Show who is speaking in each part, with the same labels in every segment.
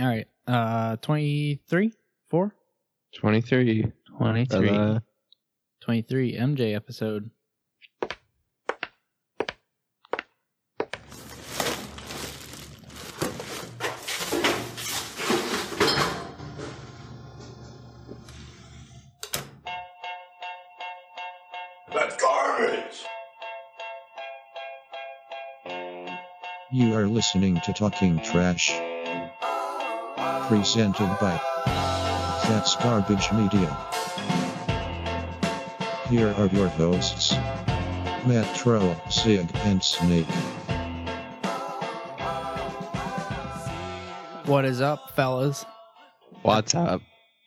Speaker 1: All right. Uh, 23? 4?
Speaker 2: 23.
Speaker 3: 23.
Speaker 2: Uh,
Speaker 1: 23 MJ episode.
Speaker 4: That's garbage!
Speaker 5: You are listening to Talking Trash. Presented by That's Garbage Media. Here are your hosts Matt Troll, Sig, and Snake.
Speaker 1: What is up, fellas?
Speaker 2: What's up?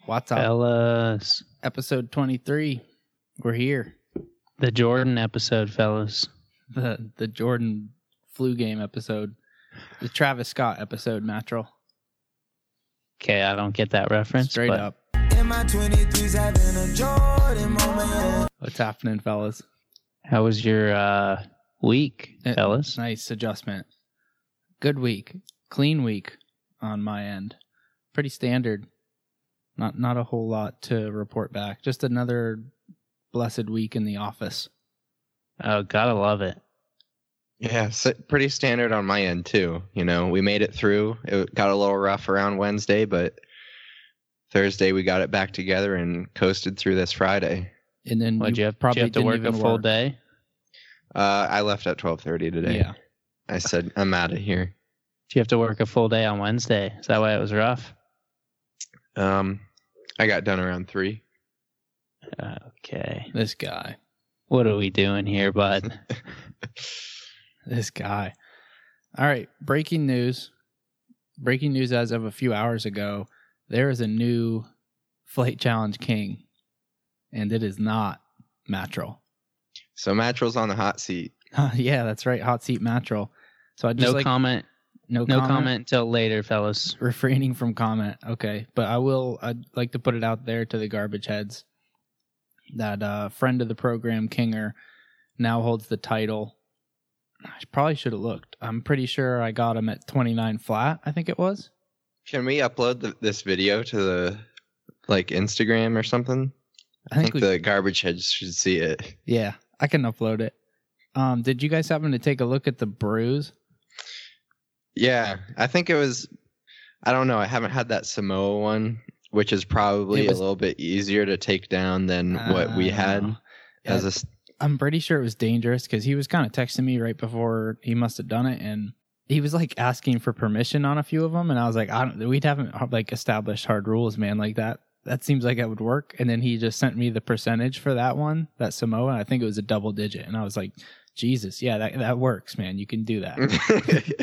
Speaker 1: What's up?
Speaker 3: Fellas.
Speaker 1: Episode 23. We're here.
Speaker 3: The Jordan episode, fellas.
Speaker 1: The the Jordan flu game episode. The Travis Scott episode, Mattrel.
Speaker 3: Okay, I don't get that reference.
Speaker 1: Straight
Speaker 3: but
Speaker 1: up.
Speaker 6: In my 23s having a Jordan moment.
Speaker 1: What's happening, fellas?
Speaker 3: How was your uh, week,
Speaker 1: Eh,
Speaker 3: fellas?
Speaker 1: Nice adjustment. Good week. Clean week on my end. Pretty standard. Not not a whole lot to report back. Just another blessed week in the office.
Speaker 3: Oh, gotta love it.
Speaker 2: Yeah, so pretty standard on my end too. You know, we made it through. It got a little rough around Wednesday, but Thursday we got it back together and coasted through this Friday.
Speaker 1: And then
Speaker 3: What, did you have, did
Speaker 1: probably
Speaker 3: you have to
Speaker 1: didn't
Speaker 3: work a
Speaker 1: even
Speaker 3: full
Speaker 1: work.
Speaker 3: day?
Speaker 2: Uh, I left at 12:30 today.
Speaker 1: Yeah.
Speaker 2: I said I'm out of here.
Speaker 3: Do you have to work a full day on Wednesday? Is that why it was rough?
Speaker 2: Um, I got done around three.
Speaker 3: Okay.
Speaker 1: This guy.
Speaker 3: What are we doing here, bud?
Speaker 1: This guy. All right. Breaking news. Breaking news as of a few hours ago. There is a new Flight Challenge King, and it is not Mattrel.
Speaker 2: So Matril's on the hot seat.
Speaker 1: yeah, that's right. Hot seat Mattrel. So I just
Speaker 3: no
Speaker 1: like,
Speaker 3: comment.
Speaker 1: no
Speaker 3: No comment until later, fellas.
Speaker 1: refraining from comment. Okay, but I will. I'd like to put it out there to the garbage heads that uh, friend of the program Kinger now holds the title. I probably should have looked. I'm pretty sure I got him at 29 flat. I think it was.
Speaker 2: Can we upload the, this video to the like Instagram or something?
Speaker 1: I think, we.
Speaker 2: the garbage heads should see it.
Speaker 1: yeah, I can upload it. Um, did you guys happen to take a look at the bruise?
Speaker 2: Yeah, I think it was. I don't know. I haven't had that Samoa one, which is probably
Speaker 1: It was-
Speaker 2: a little bit easier to take down than what we had
Speaker 1: Uh,
Speaker 2: as a. s-
Speaker 1: I'm pretty sure it was dangerous because he was kind of texting me right before he must have done it, and he was like asking for permission on a few of them, and I was like, I don't, we haven't uh, like established hard rules, man, like that. That seems like that would work. And then he just sent me the percentage for that one, that Samoa. and I think it was a double digit, and I was like, Jesus, yeah, that that works, man. You can do that.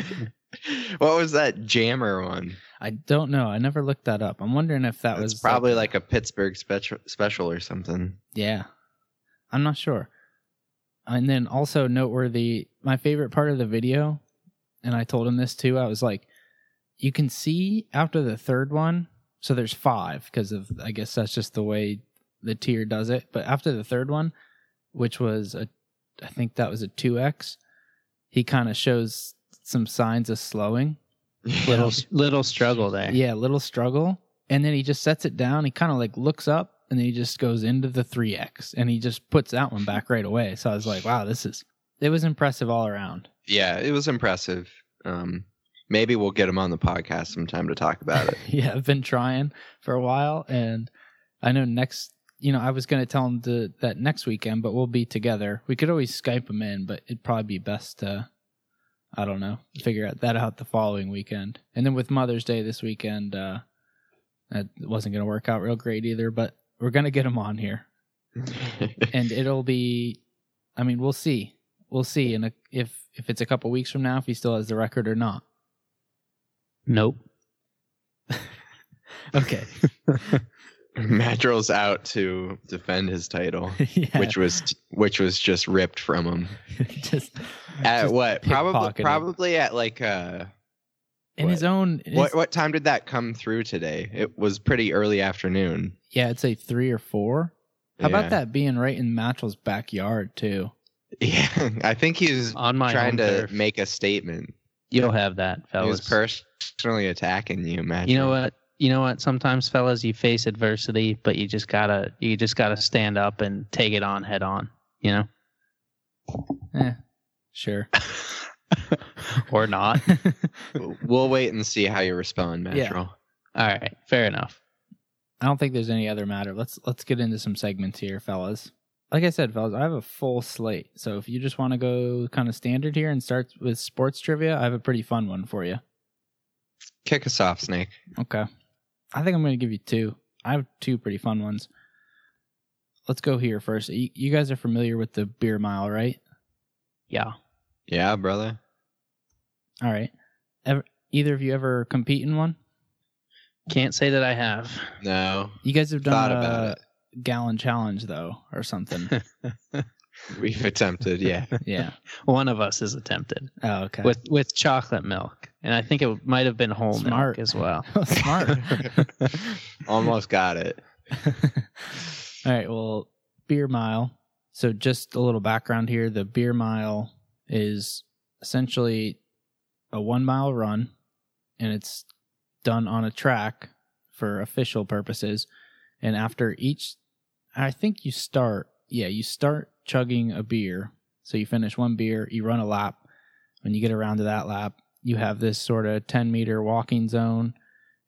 Speaker 2: what was that jammer one?
Speaker 1: I don't know. I never looked that up. I'm wondering if that
Speaker 2: That was
Speaker 1: was
Speaker 2: probably like, a Pittsburgh special, special or something.
Speaker 1: Yeah. I'm not sure. And then also noteworthy, my favorite part of the video, and I told him this too, I was like, you can see after the third one, so there's five because of I guess that's just the way the tier does it. But after the third one, which was a I think that was a two X, he kind of shows some signs of slowing.
Speaker 3: Little little struggle there.
Speaker 1: Yeah, little struggle. And then he just sets it down. He kind of like looks up and then he just goes into the 3X and he just puts that one back right away. So I was like, wow, this is, it was impressive all around.
Speaker 2: Yeah, it was impressive. Um, maybe we'll get him on the podcast sometime to talk about it.
Speaker 1: yeah, I've been trying for a while. And I know next, you know, I was going to tell him to, that next weekend, but we'll be together. We could always Skype him in, but it'd probably be best to, I don't know, figure out that out the following weekend. And then with Mother's Day this weekend, uh, that wasn't going to work out real great either, but we're going to get him on here. and it'll be i mean we'll see we'll see in a, if if it's a couple weeks from now if he still has the record or not
Speaker 3: Nope.
Speaker 1: okay
Speaker 2: Madril's out to defend his title,
Speaker 1: yeah.
Speaker 2: which was which was just ripped from him.
Speaker 1: just
Speaker 2: At
Speaker 1: just
Speaker 2: Uh, what? Probably
Speaker 1: pickpocketed.
Speaker 2: probably at like uh
Speaker 1: in his own in
Speaker 2: what
Speaker 1: his-
Speaker 2: what time did that come through today? It was pretty early afternoon.
Speaker 1: yeah i'd say three or four how
Speaker 2: Yeah.
Speaker 1: about that being right in matchell's backyard too
Speaker 2: Yeah. I think he was
Speaker 3: On my
Speaker 2: trying
Speaker 3: home
Speaker 2: to
Speaker 3: turf.
Speaker 2: make a statement.
Speaker 3: You'll have that,
Speaker 2: He was
Speaker 3: fellas.
Speaker 2: pers- personally attacking you, Matt.
Speaker 3: You know what? You know what? Sometimes, fellas, you face adversity, but you just gotta you just gotta stand up and take it on head on. You know,
Speaker 1: Sure.
Speaker 3: or not.
Speaker 2: We'll wait and see how you respond, Matt.
Speaker 1: Yeah.
Speaker 3: All right, fair enough.
Speaker 1: I don't think there's any other matter. Let's let's get into some segments here, fellas. Like I said, fellas, I have a full slate. So if you just want to go kind of standard here and start with sports trivia, I have a pretty fun one for you.
Speaker 2: Kick us off, Snake.
Speaker 1: Okay. I think I'm going to give you two. I have two pretty fun ones. Let's go here first. You, you guys are familiar with the beer mile, right?
Speaker 3: Yeah.
Speaker 2: Yeah, brother.
Speaker 1: All right. Ever, either of you ever compete in one?
Speaker 3: Can't say that I have.
Speaker 2: No,
Speaker 1: You guys have done
Speaker 2: Thought
Speaker 1: a
Speaker 2: about
Speaker 1: gallon challenge though, or something.
Speaker 2: we've attempted. Yeah,
Speaker 1: yeah.
Speaker 3: One of us is attempted
Speaker 1: Oh, okay.
Speaker 3: with with chocolate milk, and I think it might have been whole
Speaker 1: Smart.
Speaker 3: milk as well.
Speaker 1: Smart.
Speaker 2: almost got it.
Speaker 1: All right. Well, Beer Mile. So, just a little background here. The Beer Mile is essentially a one mile run, and it's done on a track for official purposes. And after each, I think you start, yeah, you start chugging a beer. So, you finish one beer, you run a lap. When you get around to that lap, you have this sort of 10 meter walking zone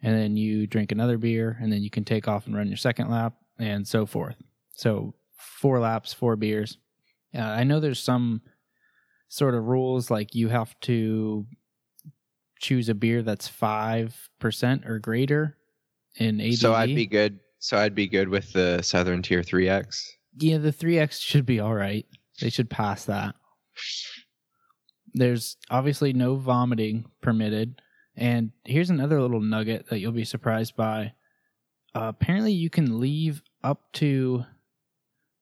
Speaker 1: and then you drink another beer, and then you can take off and run your second lap, and so forth. So four laps, four beers. Uh, I know there's some sort of rules like you have to choose a beer that's five percent or greater in E. ABV.
Speaker 2: So I'd be good. So I'd be good with the Southern Tier Three X.
Speaker 1: yeah, the three X should be all right. They should pass that. There's obviously no vomiting permitted. And here's another little nugget that you'll be surprised by. Uh, apparently, you can leave up to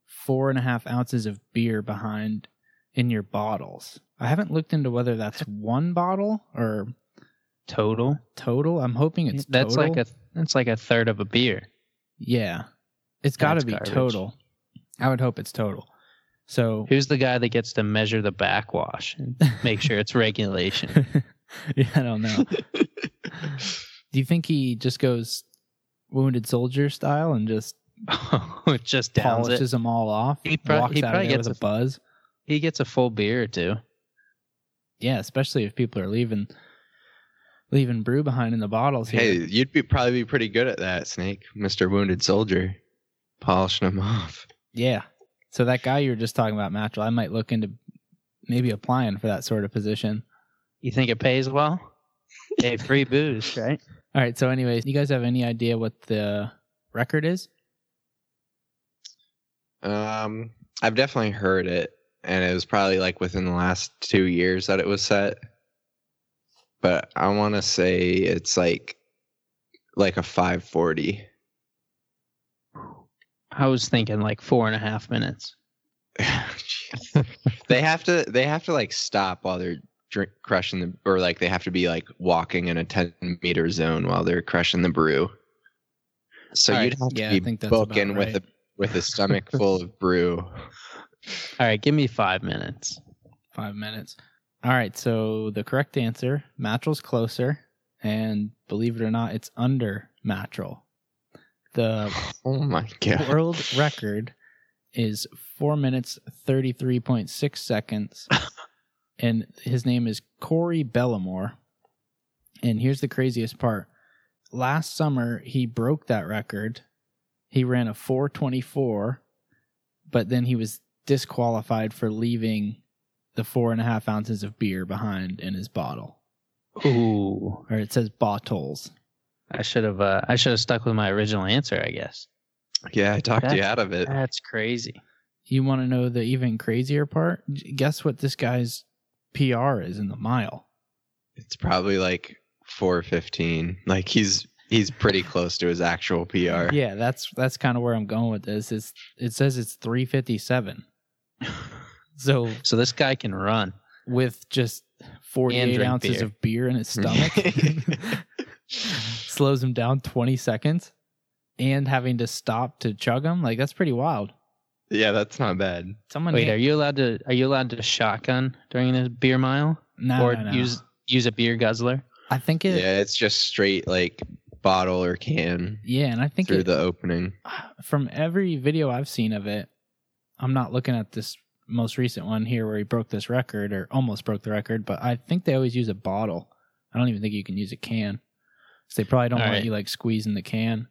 Speaker 1: four and a half ounces of beer behind in your bottles. I haven't looked into whether that's one bottle or
Speaker 3: Total.
Speaker 1: total. I'm hoping it's
Speaker 3: that's
Speaker 1: total.
Speaker 3: like a that's like a third of a beer.
Speaker 1: yeah. It's got to
Speaker 3: That's
Speaker 1: be
Speaker 3: garbage.
Speaker 1: total. I would hope it's total. So
Speaker 3: Who's the guy that gets to measure the backwash and make sure it's regulation?
Speaker 1: yeah, I don't know. Do you think he just goes wounded soldier style and just
Speaker 3: Oh, It just downs it.
Speaker 1: polishes them all off?
Speaker 3: He prob-
Speaker 1: walks
Speaker 3: he
Speaker 1: out of
Speaker 3: probably
Speaker 1: there
Speaker 3: gets
Speaker 1: with a
Speaker 3: a-
Speaker 1: buzz.
Speaker 3: He gets a full beer or two.
Speaker 1: Yeah, especially if people are leaving leaving brew behind in the bottles here.
Speaker 2: Hey, you'd be probably be pretty good at that, Snake, Mister Wounded Soldier, polishing them off.
Speaker 1: Yeah. So that guy you were just talking about, Matchell, I might look into maybe applying for that sort of position.
Speaker 3: You think it pays well? hey, free booze, right?
Speaker 1: All right. So, anyways, you guys have any idea what the record is?
Speaker 2: Um, I've definitely heard it, and it was probably like within the last two years that it was set. But I want to say it's like, like a five forty.
Speaker 3: I was thinking like four and a half minutes.
Speaker 2: they have to. They have to like stop while they're drink crushing the, or like they have to be like walking in a ten meter zone while they're crushing the brew. So
Speaker 3: All
Speaker 2: you'd
Speaker 3: right,
Speaker 2: have to
Speaker 1: yeah, I
Speaker 2: be
Speaker 1: think that's about
Speaker 2: booking with
Speaker 1: right.
Speaker 2: a with a stomach full of brew.
Speaker 3: All right, give me five minutes.
Speaker 1: Five minutes. All right. So the correct answer, Mattrell's closer, and believe it or not, it's under Mattrell. The
Speaker 2: Oh my god!
Speaker 1: world record is four minutes thirty three point six seconds, and his name is Corey Bellamore. And here's the craziest part: last summer he broke that record. He ran a four twenty four, but then he was disqualified for leaving the four and a half ounces of beer behind in his bottle,
Speaker 3: Ooh,
Speaker 1: or it says bottles.
Speaker 3: I should have. Uh, I should have stuck with my original answer, I guess.
Speaker 2: Yeah, I talked you
Speaker 3: That's-
Speaker 2: out of it.
Speaker 3: That's crazy.
Speaker 1: you want to know the even crazier part? J- Guess what this guy's PR is in the mile.
Speaker 2: It's probably like 415. Like he's he's pretty close to his actual PR.
Speaker 1: Yeah, that's that's kind of where I'm going with this. It's it says it's 357. So
Speaker 3: So this guy can run.
Speaker 1: with just 48
Speaker 3: drink
Speaker 1: ounces
Speaker 3: beer.
Speaker 1: of beer in his stomach, slows him down 20 seconds, and having to stop to chug him like that's pretty wild.
Speaker 2: Yeah, that's not bad.
Speaker 1: Someone
Speaker 3: Wait,
Speaker 1: hand-
Speaker 3: are you allowed to? Are you allowed to shotgun during this beer mile
Speaker 1: No,
Speaker 3: or
Speaker 1: no, no.
Speaker 3: use use a beer guzzler?
Speaker 1: I think it. Yeah,
Speaker 2: Yeah, it's just straight like bottle or can
Speaker 1: and I think
Speaker 2: through
Speaker 1: it,
Speaker 2: the opening.
Speaker 1: from every video I've seen of it, I'm not looking at this most recent one here where he broke this record or almost broke the record, but I think they always use a bottle. I don't even think you can use a can. So they probably don't
Speaker 3: All
Speaker 1: let
Speaker 3: right.
Speaker 1: you like squeeze in the can.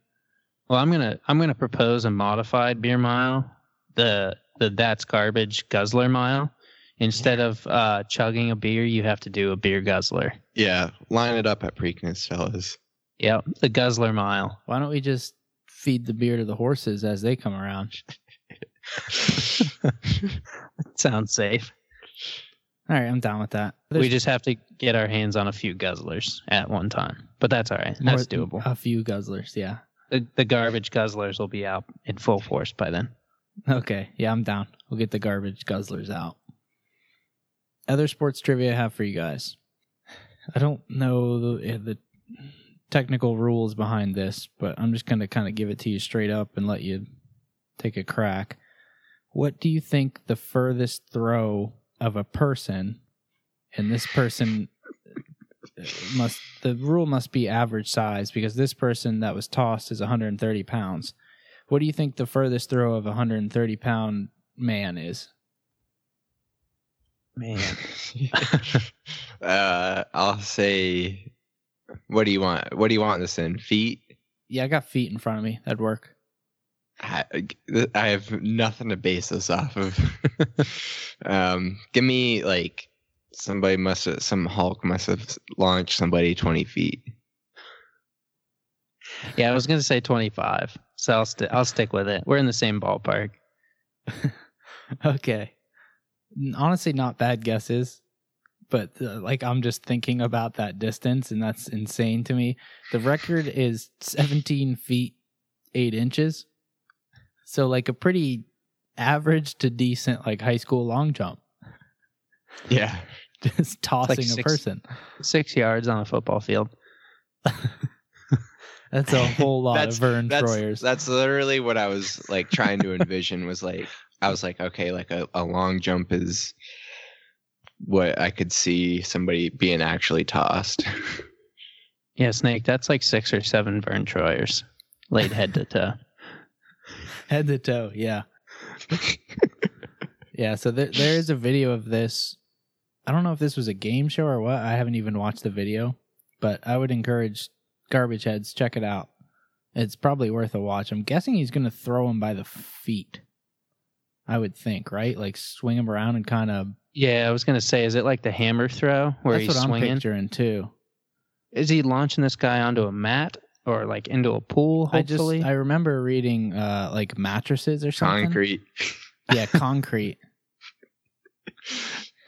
Speaker 3: Well, I'm gonna I'm gonna propose a modified beer mile, the the that's garbage guzzler mile. Instead of uh, chugging a beer, you have to do a beer guzzler.
Speaker 2: Yeah, line it up at Preakness, fellas.
Speaker 3: Yep, the guzzler mile.
Speaker 1: Why don't we just feed the beer to the horses as they come around?
Speaker 3: Sounds safe.
Speaker 1: All right, I'm down with that.
Speaker 3: We just have to get our hands on a few guzzlers at one time, but that's all right.
Speaker 1: More- uh,
Speaker 3: That's doable.
Speaker 1: A few guzzlers, yeah.
Speaker 3: The, the garbage guzzlers will be out in full force by then.
Speaker 1: Okay, yeah, I'm down. We'll get the garbage guzzlers out. Other sports trivia I have for you guys. I don't know the, eh, the technical rules behind this, but I'm just going to kind of give it to you straight up and let you take a crack. What do you think the furthest throw of a person, and this person eh, must, the rule must be average size because this person that was tossed is 130 pounds. What do you think the furthest throw of a 130 pound man is?
Speaker 3: Man,
Speaker 2: uh, I'll say, what do you want? What do you want this in? Feet?
Speaker 1: Yeah, I got feet in front of me. That'd work.
Speaker 2: I, I have nothing to base this off of. um, give me like somebody must have some Hulk must have launched somebody twenty feet.
Speaker 3: yeah, I was gonna say 25, so I'll sti I'll stick with it. We're in the same ballpark.
Speaker 1: Okay. N- Honestly, not bad guesses, but uh, like I'm just thinking about that distance, and that's insane to me. The record is 17 feet 8 inches. So, like a pretty average to decent, like high school long jump,
Speaker 2: Yeah,
Speaker 1: just tossing a
Speaker 3: six-
Speaker 1: person.
Speaker 3: Six yards on a football field.
Speaker 1: That's a whole lot of Vern
Speaker 2: that's,
Speaker 1: Troyers.
Speaker 2: That's literally what I was like trying to envision. Was like I was like, okay, like a, a long jump is what I could see somebody being actually tossed.
Speaker 3: Yeah, Snake, that's like six or seven Vern Troyers laid head to toe.
Speaker 1: head to toe yeah yeah so there, there is a video of this i don't know if this was a game show or what i haven't even watched the video but i would encourage garbage heads check it out it's probably worth a watch i'm guessing he's gonna throw him by the feet i would think right like swing him around and kind of
Speaker 3: Yeah, I was gonna say, is it like the hammer throw where
Speaker 1: that's
Speaker 3: he's
Speaker 1: what i'm
Speaker 3: swinging?
Speaker 1: picturing too
Speaker 3: Is he launching this guy onto a mat or like into a pool? Hopefully,
Speaker 1: i just i remember reading uh like mattresses or something
Speaker 2: Concrete.
Speaker 1: yeah concrete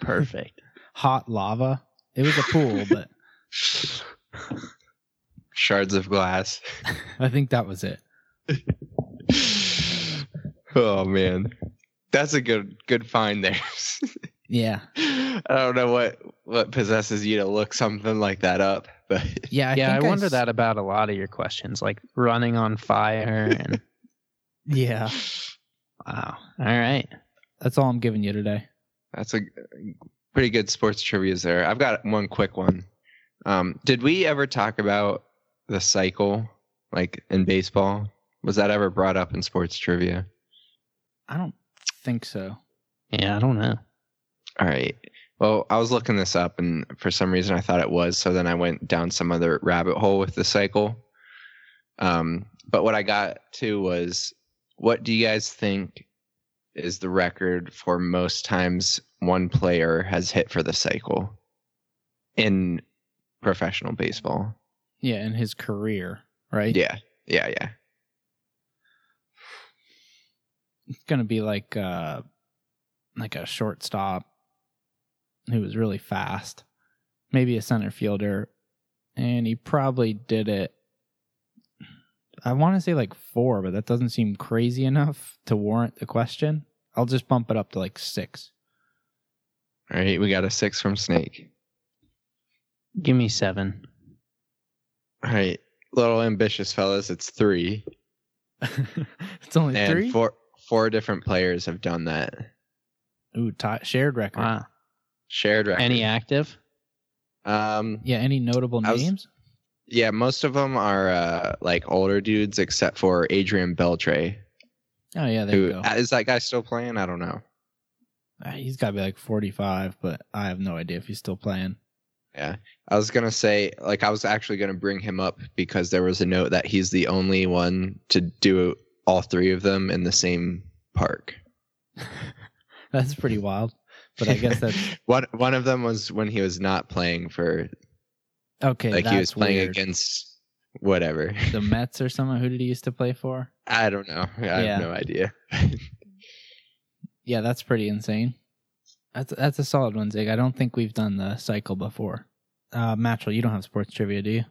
Speaker 3: perfect.
Speaker 1: hot lava it was a pool but
Speaker 2: Shards of glass.
Speaker 1: i think that was it
Speaker 2: oh man, that's a good good find there.
Speaker 1: yeah
Speaker 2: I don't know what what possesses you to look something like that up, but
Speaker 1: Yeah, I
Speaker 3: yeah, I
Speaker 1: think
Speaker 3: wonder
Speaker 1: s-
Speaker 3: that about a lot of your questions, like running on fire and
Speaker 1: Yeah,
Speaker 3: wow. All right,
Speaker 1: that's all I'm giving you today.
Speaker 2: that's a pretty good sports trivia there. I've got one quick one. Um, did we ever talk about the cycle, like in baseball? Was that ever brought up in sports trivia?
Speaker 1: I don't think so.
Speaker 3: yeah, I don't know.
Speaker 2: All right. Well, I was looking this up, and for some reason I thought it was. So then I went down some other rabbit hole with the cycle. Um, but what I got to was, what do you guys think is the record for most times one player has hit for the cycle in professional baseball?
Speaker 1: Yeah, in his career, right?
Speaker 2: Yeah, yeah, yeah.
Speaker 1: It's gonna be like uh like a shortstop who was really fast, maybe a center fielder, and he probably did it. I want to say like four, but that doesn't seem crazy enough to warrant the question. I'll just bump it up to like six.
Speaker 2: All right, we got a six from Snake.
Speaker 3: Give me seven.
Speaker 2: All right, little ambitious fellas, it's three,
Speaker 1: it's only
Speaker 2: and
Speaker 1: three.
Speaker 2: four four different players have done that.
Speaker 1: Ooh, ti shared record.
Speaker 3: Wow.
Speaker 2: Shared record.
Speaker 3: Any active?
Speaker 2: Um,
Speaker 1: Yeah, any notable
Speaker 2: I was-
Speaker 1: names?
Speaker 2: yeah, most of them are uh, like older dudes, except for Adrian Beltre.
Speaker 1: Oh yeah, there
Speaker 2: Who uh,
Speaker 1: you
Speaker 2: is
Speaker 1: go.
Speaker 2: that guy still playing? I don't know.
Speaker 1: Uh, He's got to be like 45, but I have no idea if he's still playing.
Speaker 2: I was gonna say, like, I was actually gonna bring him up because there was a note that he's the only one to do all three of them in the same park.
Speaker 1: That's pretty wild. But I guess that's
Speaker 2: one. One of them was when he was not playing for,
Speaker 1: okay.
Speaker 2: like,
Speaker 1: that's
Speaker 2: he was playing
Speaker 1: weird.
Speaker 2: against whatever.
Speaker 1: the Mets or someone. Who did he used to play for?
Speaker 2: I don't know. I
Speaker 1: Yeah.
Speaker 2: have no idea.
Speaker 1: Yeah, that's pretty insane. That's that's a solid one, Zig. I don't think we've done the cycle before. Uh, Matchell, you don't have sports trivia, do you?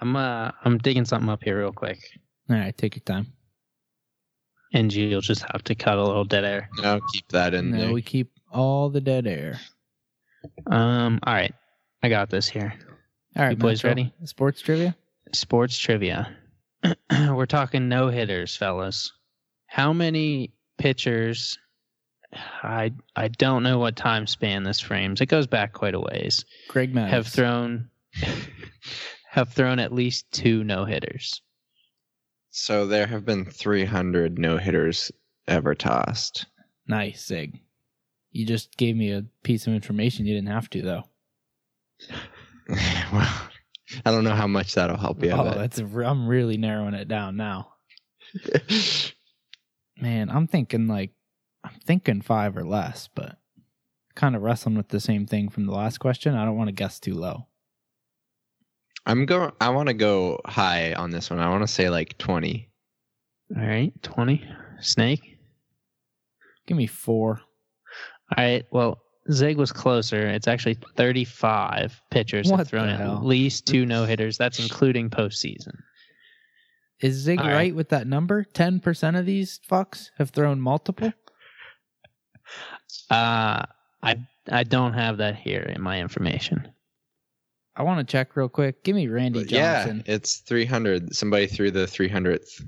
Speaker 3: I'm uh I'm digging something up here real quick,
Speaker 1: All right, take your time.
Speaker 3: and you'll just have to cut a little dead air.
Speaker 2: No, keep that in
Speaker 1: no,
Speaker 2: there.
Speaker 1: we keep all the dead air.
Speaker 3: Um, all right, I got this here.
Speaker 1: All right,
Speaker 3: You boys
Speaker 1: Matchell,
Speaker 3: ready?
Speaker 1: Sports trivia.
Speaker 3: Sports trivia. We're talking no hitters, fellas. How many pitchers? I I don't know what time span this frames. It goes back quite a ways.
Speaker 1: Greg Maddox.
Speaker 3: Have thrown have thrown at least two no hitters.
Speaker 2: So there have been 300 no hitters ever tossed.
Speaker 1: nice, Zig. You just gave me a piece of information you didn't have to though.
Speaker 2: well, I don't know how much that'll help you.
Speaker 1: oh,
Speaker 2: but-
Speaker 1: that's I'm really narrowing it down now. Man, I'm thinking like I'm thinking five or less, but kind of wrestling with the same thing from the last question. I don't want to guess too low.
Speaker 2: I'm going. I want to go high on this one. I want to say like 20.
Speaker 3: All right, twenty snake.
Speaker 1: Give me four.
Speaker 3: All right, well. Zig was closer. It's actually 35 pitchers
Speaker 1: What
Speaker 3: have thrown
Speaker 1: the
Speaker 3: at
Speaker 1: hell?
Speaker 3: least two no hitters. That's including postseason.
Speaker 1: Is Zig
Speaker 3: All
Speaker 1: right.
Speaker 3: right.
Speaker 1: with that number? Ten percent of these fucks have thrown multiple.
Speaker 3: Uh, I I don't have that here in my information.
Speaker 1: I want to check real quick. Give me Randy
Speaker 2: But yeah,
Speaker 1: Johnson.
Speaker 2: it's 300. Somebody threw the 300th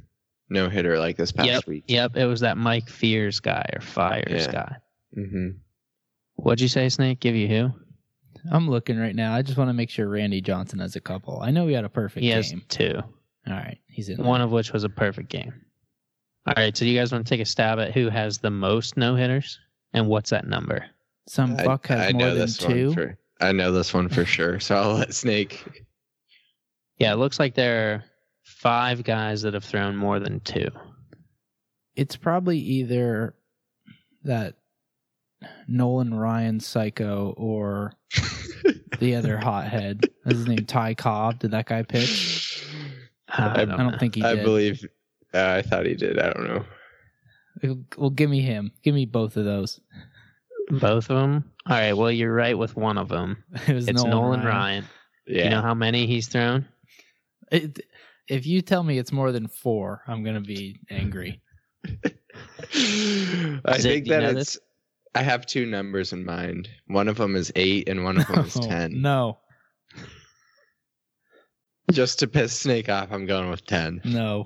Speaker 2: no hitter like this past
Speaker 3: yep,
Speaker 2: week.
Speaker 3: yep. It was that Mike Fears guy or Fires
Speaker 2: Yeah.
Speaker 3: guy.
Speaker 2: hmm
Speaker 3: What'd you say, Snake? Give you who?
Speaker 1: I'm looking right now. I just want to make sure Randy Johnson has a couple. I know he had a perfect
Speaker 3: He has
Speaker 1: game.
Speaker 3: two.
Speaker 1: All right, he's in.
Speaker 3: One of which was a perfect game. All right, so you guys want to take a stab at who has the most no hitters and what's that number?
Speaker 1: Some fuck has more than
Speaker 2: this
Speaker 1: two.
Speaker 2: one for. I know this one for sure. So I'll let Snake.
Speaker 3: Yeah, it looks like there are five guys that have thrown more than two.
Speaker 1: it's probably either that Nolan Ryan psycho or the other hothead. Is his name Ty Cobb? Did that guy pitch?
Speaker 3: I
Speaker 1: I
Speaker 3: don't
Speaker 1: don't
Speaker 3: know.
Speaker 1: think he
Speaker 2: I
Speaker 1: did.
Speaker 2: believe. Uh, I thought he did. I don't know.
Speaker 1: Well, give me him. Give me both of those.
Speaker 3: Both of them. All right, well you're right with one of them.
Speaker 1: It was
Speaker 3: It's Nolan, Ryan.
Speaker 2: Yeah.
Speaker 3: You know how many he's thrown?
Speaker 1: It, if you tell me it's more than four, I'm gonna be angry.
Speaker 2: I
Speaker 3: Zig,
Speaker 2: think
Speaker 3: do you
Speaker 2: that
Speaker 3: know
Speaker 2: it's. I have two numbers in mind. One of them is eight, and one of them is
Speaker 3: Oh,
Speaker 2: ten.
Speaker 1: Oh, No,
Speaker 2: Just to piss Snake off, I'm going with ten.
Speaker 1: no.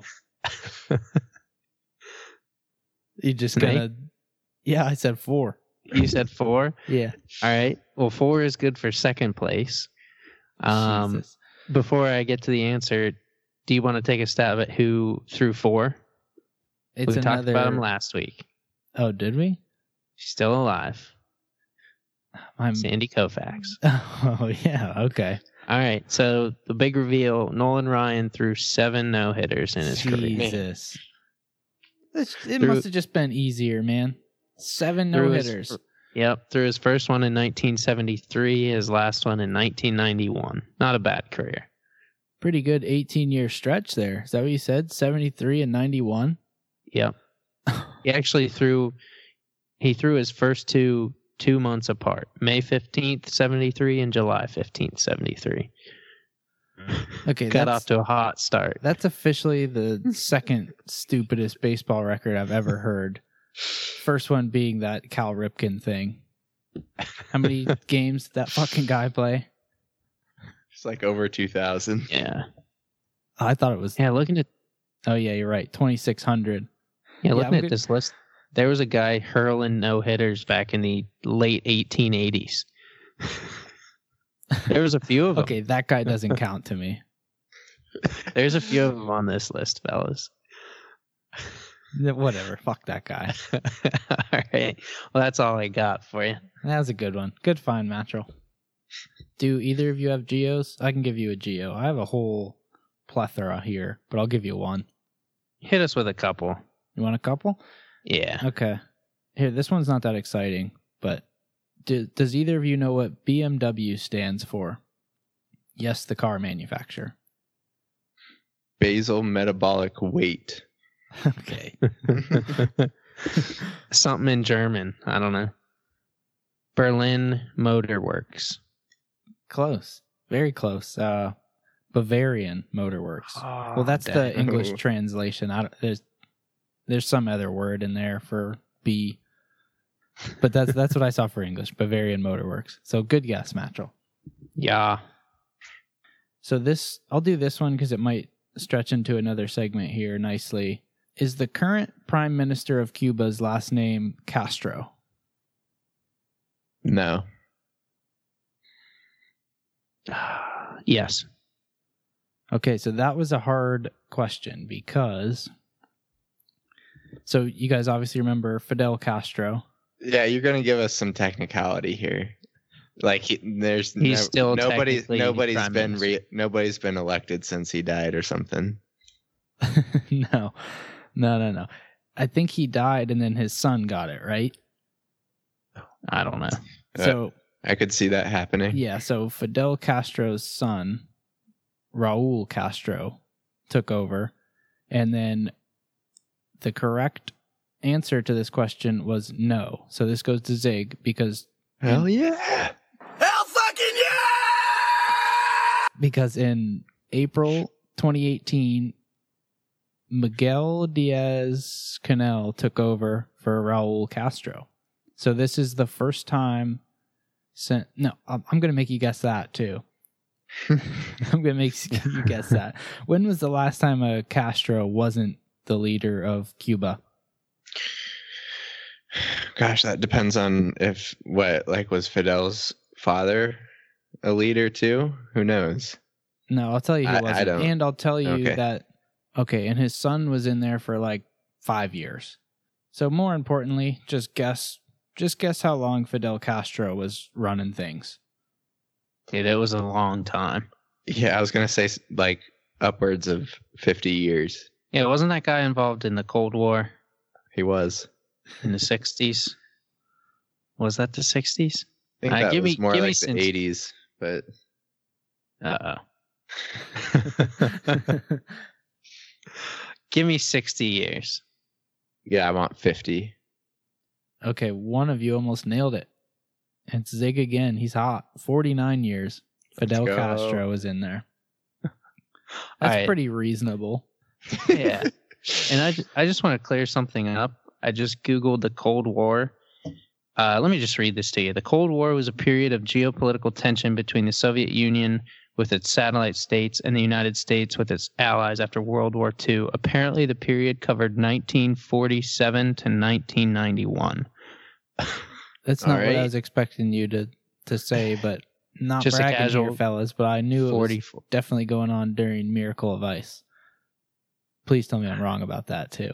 Speaker 1: you just gonna? Yeah, I said four.
Speaker 3: You said four.
Speaker 1: Yeah.
Speaker 3: All right. Well, four is good for second place. Um,
Speaker 1: Jesus.
Speaker 3: before I get to the answer, do you want to take a stab at who threw four?
Speaker 1: it's
Speaker 3: we talked
Speaker 1: another.
Speaker 3: about him last week.
Speaker 1: oh, did we?
Speaker 3: She's still alive.
Speaker 1: I'm.
Speaker 3: Sandy Koufax.
Speaker 1: Oh yeah. Okay.
Speaker 3: All right. So the big reveal: Nolan Ryan threw seven no hitters in his career.
Speaker 1: Jesus. This, it
Speaker 3: Through-
Speaker 1: must have just been easier, man. Seven no
Speaker 3: Through his-
Speaker 1: hitters.
Speaker 3: Yep. Threw his first one in 1973. His last one in 1991. Not a bad career.
Speaker 1: Pretty good 18 year stretch there. Is that what you said? 73 and 91?
Speaker 3: Yep. he actually threw he threw his first two two months apart. May 15th, 73 and July 15th, 73.
Speaker 1: Okay.
Speaker 3: Got
Speaker 1: that's,
Speaker 3: off to a hot start.
Speaker 1: that's officially the second stupidest baseball record I've ever heard. First one being that Cal Ripken thing. How many games did that fucking guy play?
Speaker 2: It's like over two thousand.
Speaker 3: Yeah.
Speaker 1: I thought it was.
Speaker 3: Yeah, looking at
Speaker 1: Oh, yeah, you're right. 2,600.
Speaker 3: yeah,
Speaker 1: Yeah,
Speaker 3: looking
Speaker 1: I'm
Speaker 3: at
Speaker 1: good.
Speaker 3: this list, there was a guy hurling no hitters back in the late 1880s. There was a few of them.
Speaker 1: Okay, that guy doesn't count to me.
Speaker 3: There's a few of them on this list, fellas.
Speaker 1: Th- Whatever. Fuck that guy.
Speaker 3: all right. Well, that's all I got for you.
Speaker 1: That was a good one. Good find, Mattrel. Do either of you have geos? I can give you a geo. I have a whole plethora here, but I'll give you one.
Speaker 3: Hit us with a couple.
Speaker 1: You want a couple?
Speaker 3: Yeah.
Speaker 1: Okay. Here, this one's not that exciting, but do, does either of you know what BMW stands for? Yes, the car manufacturer.
Speaker 2: Basal metabolic weight.
Speaker 1: okay.
Speaker 3: Something in German. I don't know. Berlin Motor Works.
Speaker 1: Close. Very close. Uh, Bavarian Motorworks. Well, that's the English
Speaker 2: Oh.
Speaker 1: translation. I don't, there's there's some other word in there for B, but that's that's what I saw for English. Bavarian Motorworks. So good guess, Matchell.
Speaker 3: Yeah.
Speaker 1: So this I'll do this one because it might stretch into another segment here nicely. Is the current Prime Minister of Cuba's last name Castro?
Speaker 2: No.
Speaker 3: yes.
Speaker 1: Okay, so that was a hard question because. So you guys obviously remember Fidel Castro.
Speaker 2: Yeah, you're gonna give us some technicality here. Like he, there's
Speaker 3: He's still
Speaker 2: nobody's
Speaker 3: technically
Speaker 2: nobody's
Speaker 3: prime
Speaker 2: been
Speaker 3: minister.
Speaker 2: re, nobody's been elected since he died or something.
Speaker 1: no, no, no, no. I think he died and then his son got it, right?
Speaker 3: I don't know.
Speaker 2: Uh,
Speaker 1: so,
Speaker 2: I could see that happening.
Speaker 1: yeah, so Fidel Castro's son, Raul Castro, took over. And then the correct answer to this question was no. So this goes to Zig because
Speaker 2: Hell yeah!
Speaker 4: Hell fucking yeah!
Speaker 1: because in April 2018 Miguel Diaz Canel took over for Raul Castro. So this is the first time since no, I'm, I'm going to make you guess that too. I'm going to make you guess that. When was the last time a Castro wasn't the leader of Cuba?
Speaker 2: Gosh, that depends on if what like was Fidel's father a leader too. Who knows?
Speaker 1: No, I'll tell you who
Speaker 2: I- I
Speaker 1: wasn't.
Speaker 2: don't-
Speaker 1: And I'll tell you
Speaker 2: Okay.
Speaker 1: that okay, and his son was in there for like five years. So more importantly, just guess just guess how long Fidel Castro was running things.
Speaker 3: Dude, it was a long time.
Speaker 2: Yeah, I was gonna say like upwards of fifty years.
Speaker 3: Yeah, wasn't that guy involved in the Cold War
Speaker 2: He was.
Speaker 3: in the 60s? Was that the 60s?
Speaker 2: I think
Speaker 3: Uh,
Speaker 2: that
Speaker 3: give
Speaker 2: was
Speaker 3: me-
Speaker 2: more
Speaker 3: give me
Speaker 2: like
Speaker 3: since-
Speaker 2: the eighties, but
Speaker 3: Uh oh. Give me 60 years.
Speaker 2: yeah, I want fifty.
Speaker 1: Okay, one of you almost nailed it. It's Zig again. He's hot. Forty nine years. Fidel
Speaker 2: go.
Speaker 1: Castro was in there. That's
Speaker 3: right.
Speaker 1: pretty reasonable.
Speaker 3: Yeah. And I, ju- I just want to clear something up. I just Googled the Cold War. Uh, let me just read this to you. The Cold War was a period of geopolitical tension between the Soviet Union with its satellite states and the United States with its allies after World War II. Apparently, the period covered 1947 to 1991.
Speaker 1: That's
Speaker 2: All
Speaker 1: not what I
Speaker 2: right.
Speaker 1: was expecting you to to say, but not
Speaker 3: Just a
Speaker 1: bragging here,
Speaker 3: casual
Speaker 1: fellas. But I knew it was
Speaker 3: 44.
Speaker 1: definitely going on during Miracle of Ice. Please tell me I'm wrong about that too.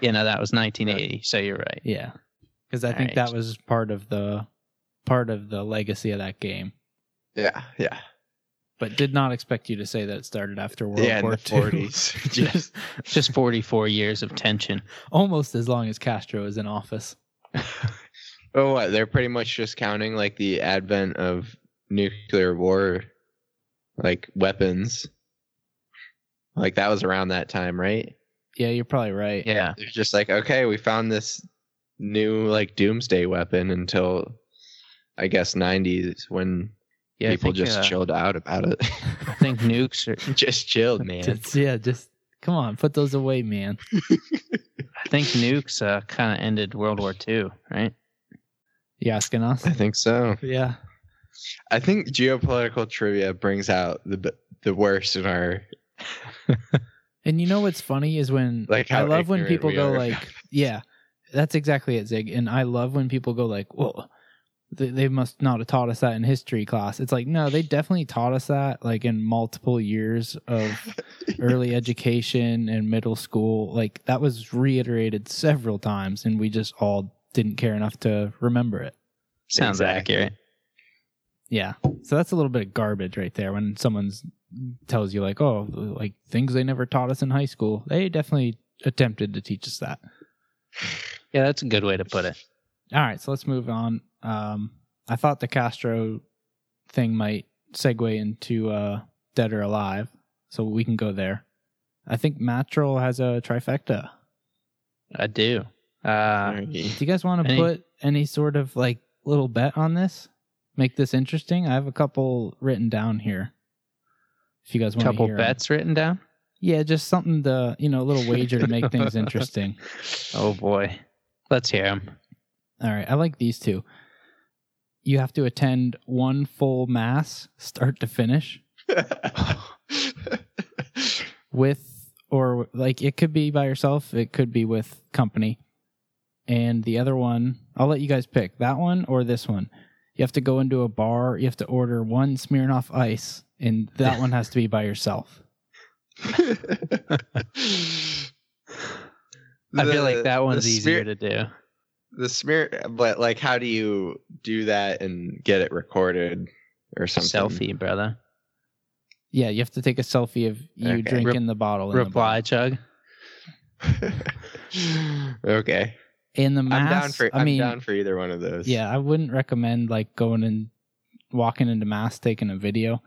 Speaker 3: Yeah, no, that was 1980. So you're right.
Speaker 1: Yeah, because I
Speaker 3: All
Speaker 1: think
Speaker 3: right.
Speaker 1: that was part of the part of the legacy of that game.
Speaker 2: yeah, yeah,
Speaker 1: But did not expect you to say that it started after World
Speaker 2: yeah. In
Speaker 1: War
Speaker 2: the
Speaker 1: II.
Speaker 2: forties, just
Speaker 3: Just 44 years of tension.
Speaker 1: Almost as long as Castro was in office.
Speaker 2: Oh, what? They're pretty much just counting like the advent of nuclear war, like weapons. Like that was around that time, right?
Speaker 1: Yeah, you're probably right.
Speaker 3: Yeah.
Speaker 2: They're just like, okay, we found this new like doomsday weapon until I guess 90s when
Speaker 3: yeah I
Speaker 2: people
Speaker 3: think,
Speaker 2: just
Speaker 3: uh,
Speaker 2: chilled out about it.
Speaker 3: I think nukes are,
Speaker 2: just chilled, man.
Speaker 1: Just- yeah, just come on, put those away, man.
Speaker 3: I think nukes uh, kind of ended World War II, right?
Speaker 1: You asking us?
Speaker 2: I think so.
Speaker 1: yeah.
Speaker 2: I think geopolitical trivia brings out the b- the worst in our
Speaker 1: And you know what's funny is when
Speaker 2: Like
Speaker 1: I
Speaker 2: how
Speaker 1: love when
Speaker 2: ignorant
Speaker 1: people
Speaker 2: we
Speaker 1: go
Speaker 2: are.
Speaker 1: like, yeah, that's exactly it, Zig. And I love when people go like, well, they, they must not have taught us that in history class. It's like, no, they definitely taught us that like in multiple years of early education and middle school. Like that was reiterated several times, and we just all didn't care enough to remember it.
Speaker 3: Sounds
Speaker 2: Exactly.
Speaker 3: accurate.
Speaker 1: Yeah. So that's a little bit of garbage right there when someone's tells you like, oh, like things they never taught us in high school. They definitely attempted to teach us that.
Speaker 3: Yeah, that's a good way to put it.
Speaker 1: All right, so let's move on. Um, I thought the Castro thing might segue into uh, Dead or Alive, so we can go there. I think Matrol has a trifecta.
Speaker 3: I do. Uh,
Speaker 1: Do you guys want to
Speaker 3: Any-
Speaker 1: put any sort of like little bet on this? Make this interesting. I have a couple written down here. If you guys want
Speaker 3: couple
Speaker 1: to hear 'em.
Speaker 3: bets written down.
Speaker 1: yeah, just something to you know, a little wager to make things interesting.
Speaker 3: Oh boy, let's hear them.
Speaker 1: All right, I like these two. You have to attend one full mass, start to finish, with or like it could be by yourself, it could be with company. And the other one, I'll let you guys pick that one or this one. You have to go into a bar, you have to order one Smirnoff Ice, and that one has to be by yourself.
Speaker 3: I feel like that one's
Speaker 2: easier
Speaker 3: easier to do.
Speaker 2: the smear but like how do you do that and get it recorded or something
Speaker 3: Selfie, brother.
Speaker 1: Yeah, you have to take a selfie of you
Speaker 2: Okay.
Speaker 1: drinking the bottle. in the bar.
Speaker 3: Reply, Chug.
Speaker 2: selfie okay
Speaker 1: And the mass.
Speaker 2: i'm down for
Speaker 1: I
Speaker 2: i'm
Speaker 1: mean,
Speaker 2: down for either one of those
Speaker 1: Yeah, I wouldn't recommend like going and walking into mass taking a video.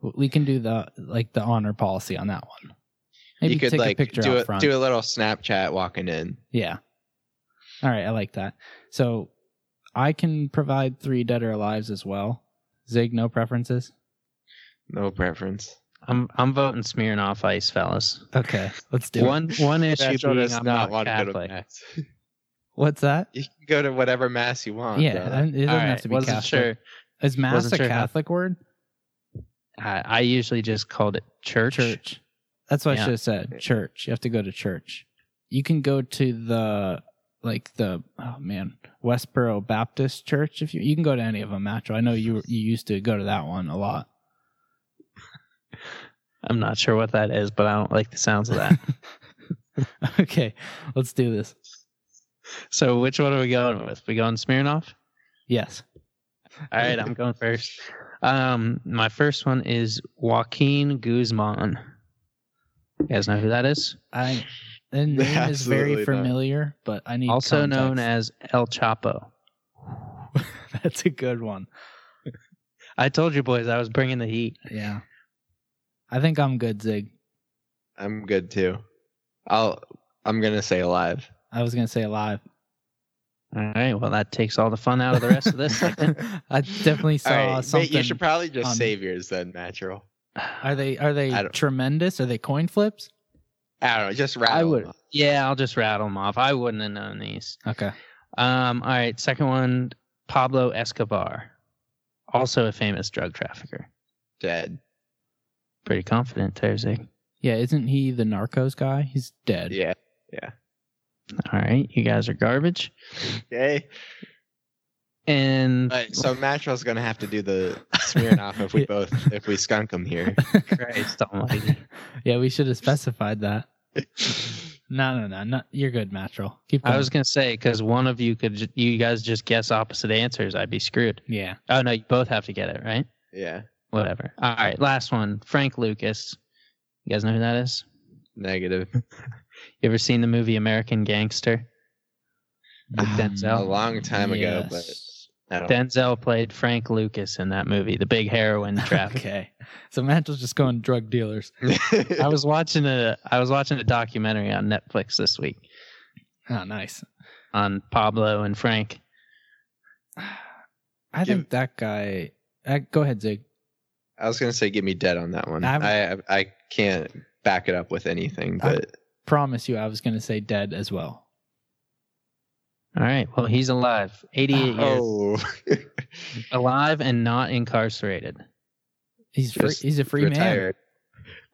Speaker 1: We can do the like the honor policy on that one. Maybe
Speaker 2: you could
Speaker 1: take
Speaker 2: like
Speaker 1: a picture
Speaker 2: do
Speaker 1: out
Speaker 2: a
Speaker 1: front.
Speaker 2: do a little snapchat walking in
Speaker 1: Yeah. All right, I like that. So I can provide three dead or alives as well. Zig, no preferences.
Speaker 2: no preference
Speaker 3: I'm I'm voting smearing off ice, fellas.
Speaker 1: Okay, let's do it.
Speaker 3: One one issue
Speaker 2: Natural
Speaker 3: being
Speaker 2: does
Speaker 3: I'm not,
Speaker 2: not want to go to
Speaker 3: Catholic.
Speaker 2: mass.
Speaker 1: What's that?
Speaker 2: you can go to whatever mass you want
Speaker 1: Yeah,
Speaker 2: though.
Speaker 1: and it doesn't
Speaker 3: All
Speaker 1: have
Speaker 3: right,
Speaker 1: to be
Speaker 3: wasn't
Speaker 1: Catholic.
Speaker 3: sure.
Speaker 1: Is mass
Speaker 3: wasn't
Speaker 1: a
Speaker 3: sure if that-
Speaker 1: Catholic word?
Speaker 3: I, I usually just called it church.
Speaker 1: Church. That's what I
Speaker 3: Yeah.
Speaker 1: should have said. Church. You have to go to church. You can go to the like the oh man Westboro Baptist Church if you you can go to any of them. Matro, I know you were- you used to go to that one a lot.
Speaker 3: I'm not sure what that is, but I don't like the sounds of that.
Speaker 1: okay, let's do this.
Speaker 3: so which one are we going with? We going Smirnoff?
Speaker 1: Yes.
Speaker 3: All right, I'm going first. Um, my first one is Joaquin Guzman. You guys know who that is?
Speaker 1: I the name is very
Speaker 2: Absolutely not.
Speaker 1: familiar, but I need
Speaker 3: Also
Speaker 1: context.
Speaker 3: known as El Chapo.
Speaker 1: that's a good one.
Speaker 3: I told you boys I was bringing the heat.
Speaker 1: Yeah. I think I'm good, Zig.
Speaker 2: i'm good too i'll i'm gonna say alive
Speaker 1: I was gonna say alive.
Speaker 3: All right, well that takes all the fun out of the rest of this. segment.
Speaker 1: I definitely saw
Speaker 2: All right,
Speaker 1: something.
Speaker 2: Nate, you should probably just
Speaker 1: on-
Speaker 2: save yours then natural
Speaker 1: Are they are they
Speaker 2: I don't-
Speaker 1: tremendous? Are they coin flips?
Speaker 2: i don't know just rattle
Speaker 3: I
Speaker 2: them
Speaker 3: would.
Speaker 2: off.
Speaker 3: Yeah, I'll just rattle them off. I wouldn't have known these.
Speaker 1: Okay.
Speaker 3: Um, all right, second one, Pablo Escobar, also a famous drug trafficker.
Speaker 2: dead
Speaker 3: Pretty confident, Terzik.
Speaker 1: Yeah, isn't he the Narcos guy? He's dead.
Speaker 2: yeah
Speaker 3: All right, you guys are garbage.
Speaker 2: okay
Speaker 3: And
Speaker 2: All right, so Matro's gonna have to do the Smirnoff if we both if we skunk him here.
Speaker 3: Christ almighty.
Speaker 1: Yeah, we should have specified that. No, no, no, no. You're good, Matril. Keep going.
Speaker 3: I was gonna say because one of you could, ju- you guys just guess opposite answers, I'd be screwed.
Speaker 1: yeah.
Speaker 3: Oh no, you both have to get it right.
Speaker 2: yeah,
Speaker 3: Whatever. All right, last one, Frank Lucas. You guys know who that is?
Speaker 2: negative.
Speaker 3: You ever seen the movie American Gangster? With
Speaker 2: Ah, A
Speaker 3: Denzel.
Speaker 2: long time ago, but
Speaker 1: Yes.
Speaker 2: I don't.
Speaker 3: Denzel played Frank Lucas in that movie, the big heroin traffic.
Speaker 1: Okay. So Matril's just going drug dealers.
Speaker 3: I was watching a I was watching a documentary on Netflix this week
Speaker 1: Oh, nice.
Speaker 3: on Pablo and Frank.
Speaker 1: I
Speaker 2: Give-
Speaker 1: think that guy. Uh, go ahead, Zig.
Speaker 2: I was gonna say, get me dead on that one.
Speaker 1: I'm-
Speaker 2: I I, I can't back it up with anything,
Speaker 1: I'm-
Speaker 2: but
Speaker 1: Promise you, I was going to say dead as well.
Speaker 3: All right, well he's alive, 88 years
Speaker 2: oh,
Speaker 3: alive and not incarcerated.
Speaker 1: He's free,
Speaker 2: Just
Speaker 1: he's a free man.
Speaker 2: retired.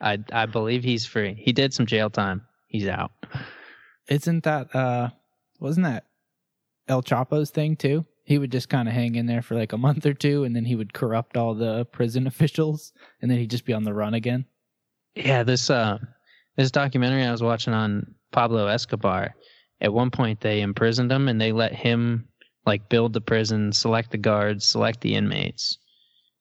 Speaker 3: I I believe he's free. He did some jail time. He's out.
Speaker 1: Isn't that uh? Wasn't that El Chapo's thing too? he would just kind of hang in there for like a month or two, and then he would corrupt all the prison officials, and then he'd just be on the run again.
Speaker 3: Yeah, this uh, this documentary I was watching on Pablo Escobar. At one point, they imprisoned him, and they let him like build the prison, select the guards, select the inmates,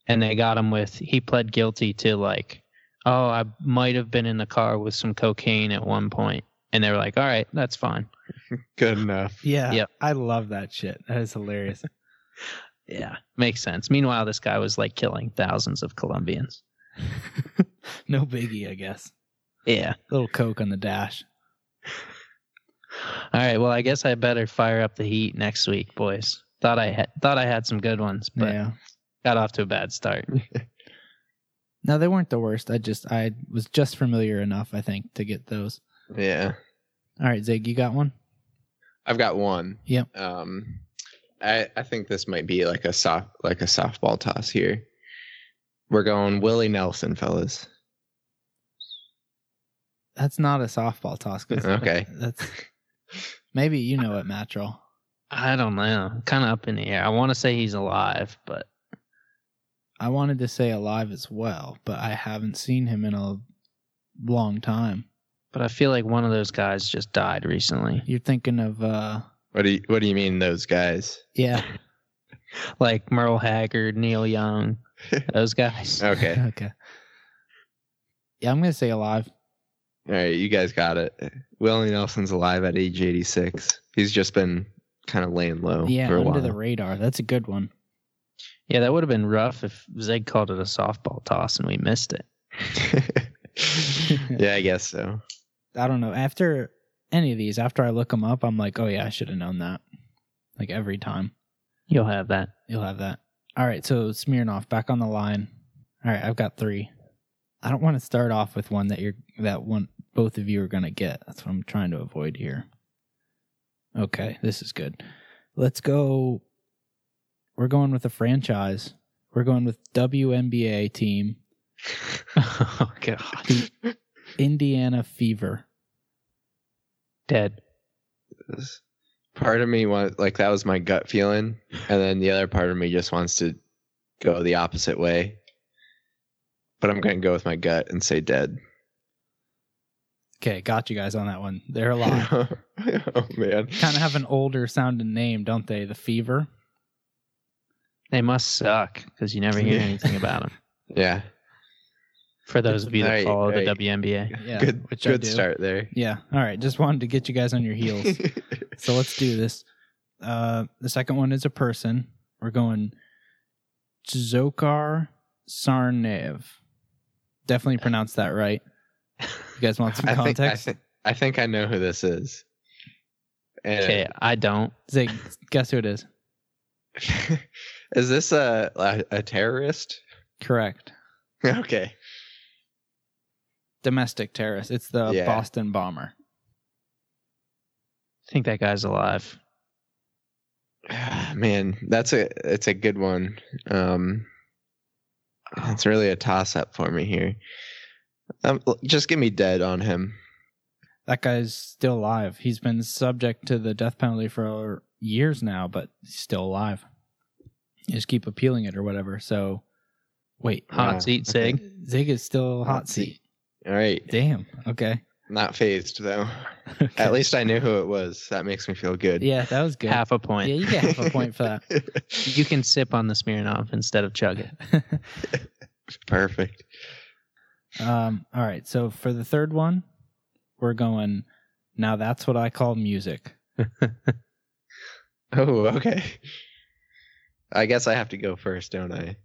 Speaker 3: and they got him with. He pled guilty to like, oh, I might have been in the car with some cocaine at one point, and they were like, all right, that's fine.
Speaker 2: Good enough.
Speaker 1: Yeah,
Speaker 3: Yep.
Speaker 1: I love that shit. That is hilarious.
Speaker 3: Yeah, makes sense. Meanwhile, this guy was like killing thousands of Colombians.
Speaker 1: no biggie, I guess.
Speaker 3: Yeah.
Speaker 1: Little coke on the dash.
Speaker 3: All right. Well, I guess I better fire up the heat next week, boys. Thought I had thought I had some good ones, but
Speaker 1: yeah.
Speaker 3: got off to a bad start.
Speaker 1: No, they weren't the worst. I just I was just familiar enough, I think, to get those.
Speaker 2: Yeah.
Speaker 1: All right, Zig, you got one?
Speaker 2: I've got one.
Speaker 1: Yep.
Speaker 2: Um, I I think this might be like a soft like a softball toss here. We're going Willie Nelson, fellas.
Speaker 1: That's not a softball toss. 'cause
Speaker 2: Okay.
Speaker 1: That's maybe you know it, Matrol.
Speaker 3: I don't know. Kind of up in the air. I want to say he's alive, but
Speaker 1: I wanted to say alive as well, but I haven't seen him in a long time.
Speaker 3: but I feel like one of those guys just died recently.
Speaker 1: You're thinking of uh
Speaker 2: What do you What do you mean those guys?
Speaker 1: yeah,
Speaker 3: Like Merle Haggard, Neil Young, those guys.
Speaker 2: Okay.
Speaker 1: okay. Yeah, I'm gonna say alive.
Speaker 2: All right, you guys got it. Willie Nelson's alive at age 86. He's just been kind of laying low
Speaker 1: yeah,
Speaker 2: Oh, for a
Speaker 1: under
Speaker 2: while.
Speaker 1: the radar. That's a good one.
Speaker 3: Yeah, that would have been rough if Zeg called it a softball toss and we missed it.
Speaker 2: yeah, I guess so.
Speaker 1: I don't know. After any of these, after I look them up, I'm like, oh yeah, I should have known that. Like every time.
Speaker 3: You'll have that.
Speaker 1: You'll have that. All right, so Smirnoff back on the line. All right, I've got three. I don't want to start off with one that you're that one both of you are gonna get. That's what I'm trying to avoid here. Okay, this is good. Let's go. We're going with a franchise. We're going with WNBA team
Speaker 3: oh God.
Speaker 1: Indiana Fever.
Speaker 3: Dead.
Speaker 2: Part of me wants like that was my gut feeling, and then the other part of me just wants to go the opposite way. But I'm going to go with my gut and say dead.
Speaker 1: Okay, got you guys on that one. They're alive.
Speaker 2: oh man.
Speaker 1: kind of have an older sounding name, don't they? The Fever.
Speaker 3: They must suck because you never hear
Speaker 2: Yeah.
Speaker 3: anything about them.
Speaker 2: Yeah.
Speaker 3: For those of you that
Speaker 2: Right,
Speaker 3: follow
Speaker 2: right.
Speaker 3: the WNBA,
Speaker 1: Yeah,
Speaker 2: good
Speaker 1: which I
Speaker 2: good
Speaker 1: do.
Speaker 2: start there.
Speaker 1: Yeah. All right. Just wanted to get you guys on your heels. so let's do this. Uh, the second one is a person. We're going Zokar Sarnev. Definitely pronounced that right. You guys want some
Speaker 2: I think, I,
Speaker 1: context?
Speaker 2: think, I think I know who this is. And
Speaker 3: okay, I don't.
Speaker 1: Zig, guess who it is?
Speaker 2: is this a, a a terrorist?
Speaker 1: Correct.
Speaker 2: Okay.
Speaker 1: Domestic terrorist. It's the
Speaker 2: Yeah.
Speaker 1: Boston bomber.
Speaker 3: I think that guy's alive.
Speaker 2: Ah, Man, that's a it's a good one. Um it's really a toss up for me here. Um, l- just give me dead on him.
Speaker 1: That guy's still alive. He's been subject to the death penalty for years now, but he's still alive. You just keep appealing it or whatever. So, wait,
Speaker 3: Hot
Speaker 2: Wow,
Speaker 3: seat
Speaker 2: okay.
Speaker 3: Sig.
Speaker 1: Zig is still hot
Speaker 2: Hot
Speaker 1: seat.
Speaker 2: seat. All right.
Speaker 1: Damn. Okay.
Speaker 2: Not phased though. At least I knew who it was. That makes me feel good.
Speaker 1: Yeah, that was good.
Speaker 3: Half a point.
Speaker 1: Yeah, you get half a point for
Speaker 3: You can sip on the Smirnoff instead of chug it.
Speaker 1: that.
Speaker 2: Perfect.
Speaker 1: um, all right. So for the third one, we're going. Now that's what I call music.
Speaker 2: Oh, okay. I guess I have to go first, don't I?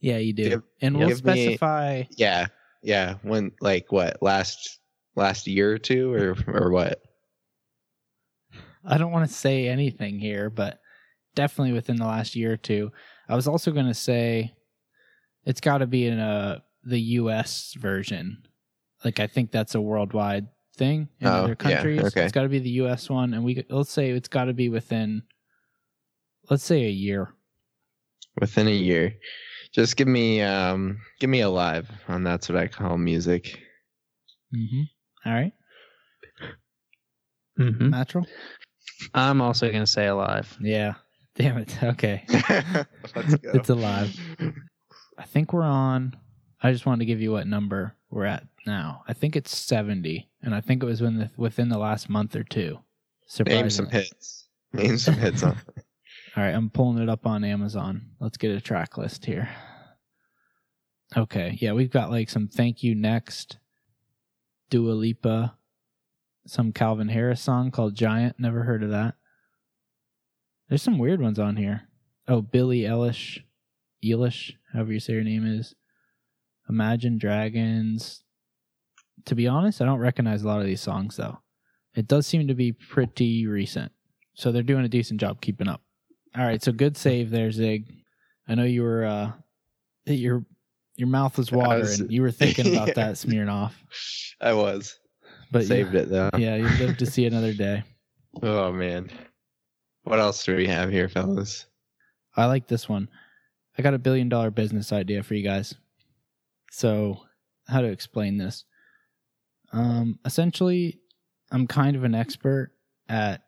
Speaker 1: Yeah, you do.
Speaker 2: Give-
Speaker 1: and we'll
Speaker 2: give me-
Speaker 1: specify.
Speaker 2: Yeah. Yeah. When like what? Last last year or two or or what?
Speaker 1: I don't want to say anything here, but definitely within the last year or two. I was also going to say it's got to be in a the U.S. version. Like I think that's a worldwide thing in
Speaker 2: Oh,
Speaker 1: other
Speaker 2: yeah,
Speaker 1: countries.
Speaker 2: okay.
Speaker 1: It's got to be the U.S. one, and we let's say it's got to be within, let's say a year.
Speaker 2: Within a year. Just give me um give me alive on that's what I call music.
Speaker 1: Mm-hmm. All right,
Speaker 3: hmm
Speaker 1: natural. Mm-hmm.
Speaker 3: I'm also going to say alive.
Speaker 1: Yeah, Damn it. Okay.
Speaker 2: Let's go.
Speaker 1: It's alive. I think we're on. I just wanted to give you what number we're at now. I think it's 70, and I think it was when the, within the last month or two.
Speaker 2: Name some
Speaker 1: Surprisingly.
Speaker 2: hits. Name some hits on.
Speaker 1: All right, I'm pulling it up on Amazon. Let's get a track list here. Okay, yeah, we've got like some Thank You Next, Dua Lipa, some Calvin Harris song called Giant. Never heard of that. There's some weird ones on here. Oh, Billie Eilish, Eilish, however you say her name is. Imagine Dragons. To be honest, I don't recognize a lot of these songs though. It does seem to be pretty recent, so they're doing a decent job keeping up. All right, so good save there, Zig. I know you were uh your your mouth was watering.
Speaker 2: was-
Speaker 1: you were thinking about
Speaker 2: Yeah.
Speaker 1: that smearing off.
Speaker 2: I was
Speaker 1: But you-
Speaker 2: saved it though.
Speaker 1: yeah, you live to see another day.
Speaker 2: Oh man. What else do we have here, fellas?
Speaker 1: I like this one. I got a billion dollar business idea for you guys. So, how to explain this? Um, essentially, I'm kind of an expert at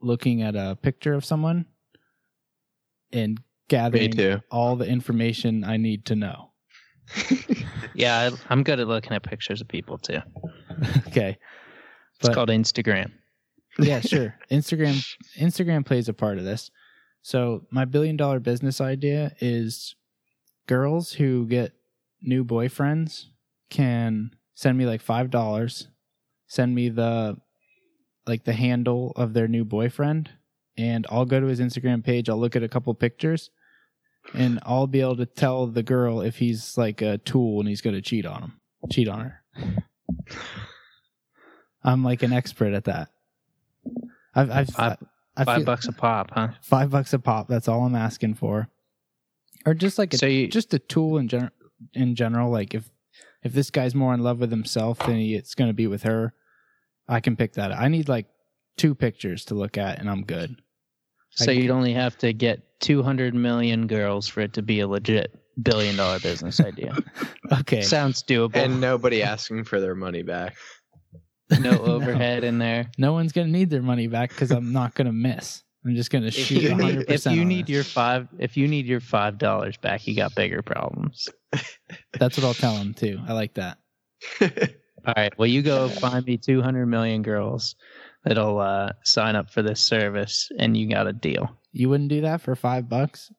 Speaker 1: looking at a picture of someone and
Speaker 2: Me
Speaker 1: gathering
Speaker 2: too.
Speaker 1: all the information I need to know.
Speaker 3: Yeah, I, I'm good at looking at pictures of people too.
Speaker 1: okay.
Speaker 3: It's
Speaker 1: But-
Speaker 3: called Instagram.
Speaker 1: yeah, sure. Instagram Instagram plays a part of this. So my billion dollar business idea is girls who get new boyfriends can send me like five dollars, send me the like the handle of their new boyfriend, and I'll go to his Instagram page, I'll look at a couple pictures, and I'll be able to tell the girl if he's like a tool and he's gonna cheat on him. Cheat on her. I'm like an expert at that. I've, I've,
Speaker 3: Five-
Speaker 1: I
Speaker 3: Five
Speaker 1: feel-
Speaker 3: bucks a pop, huh?
Speaker 1: five bucks a pop. That's all I'm asking for, or just like a,
Speaker 3: So you
Speaker 1: just a tool in general. In general, like if if this guy's more in love with himself than he, it's going to be with her, I can pick that. up. I need like two pictures to look at, and I'm good.
Speaker 3: so you'd only have to get 200 million girls for it to be a legit billion dollar business idea.
Speaker 1: Okay,
Speaker 3: Sounds doable.
Speaker 2: And nobody asking for their money back.
Speaker 3: no overhead in there.
Speaker 1: no one's going to need their money back because I'm not going to miss. I'm just going to
Speaker 3: If
Speaker 1: shoot
Speaker 3: you
Speaker 1: 100.
Speaker 3: need, if
Speaker 1: percent
Speaker 3: you need your five, if you need your five dollars back, you got bigger problems.
Speaker 1: that's what I'll tell him too. I like that.
Speaker 3: All right. Well, you go find me 200 million girls that'll uh, sign up for this service, and you got a deal.
Speaker 1: You wouldn't do that for five bucks?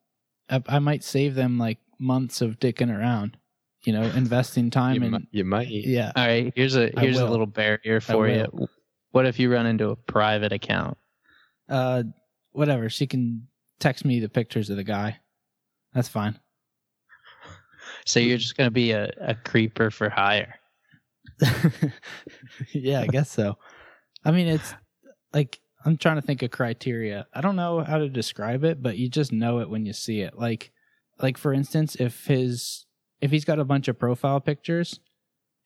Speaker 1: I, I might save them like months of dicking around, you know, investing time
Speaker 2: you,
Speaker 1: in.
Speaker 2: mi- you might.
Speaker 1: Yeah.
Speaker 3: All right. Here's a
Speaker 1: I
Speaker 3: here's a
Speaker 1: will.
Speaker 3: little barrier for you. What if you run into a private account?
Speaker 1: Uh, whatever. She can text me the pictures of the guy. That's fine.
Speaker 3: So you're just gonna be a, a creeper for hire.
Speaker 1: yeah, I guess so. I mean, it's like I'm trying to think of criteria. I don't know how to describe it, but you just know it when you see it. Like, like for instance, if his if he's got a bunch of profile pictures,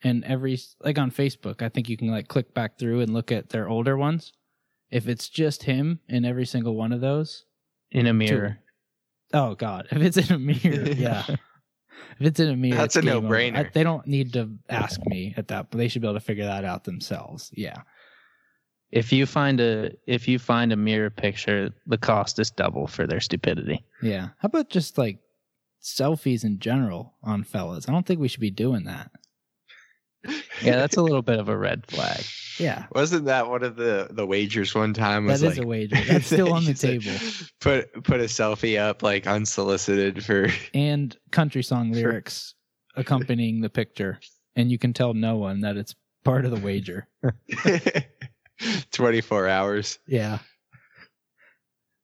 Speaker 1: and every like on Facebook, I think you can like click back through and look at their older ones. If it's just him in every single one of those,
Speaker 3: in a mirror.
Speaker 1: Oh God! If it's in a mirror, yeah. if it's in a mirror,
Speaker 2: That's
Speaker 1: it's
Speaker 2: a
Speaker 1: game over.
Speaker 2: no-brainer.
Speaker 1: I- They don't need to ask me at that, but they should be able to figure that out themselves. Yeah.
Speaker 3: If you find a if you find a mirror picture, the cost is double for their stupidity.
Speaker 1: Yeah. How about just like selfies in general on fellas? I don't think we should be doing that.
Speaker 3: Yeah, that's a little bit of a red flag.
Speaker 1: Yeah.
Speaker 2: Wasn't that one of the the wagers one time?
Speaker 1: That is
Speaker 2: Was like,
Speaker 1: a wager. That's still on the
Speaker 2: you said,
Speaker 1: table.
Speaker 2: Put put a selfie up like unsolicited for
Speaker 1: And country song
Speaker 2: For-
Speaker 1: lyrics accompanying the picture, and you can tell no one that it's part of the wager.
Speaker 2: 24 hours.
Speaker 1: Yeah.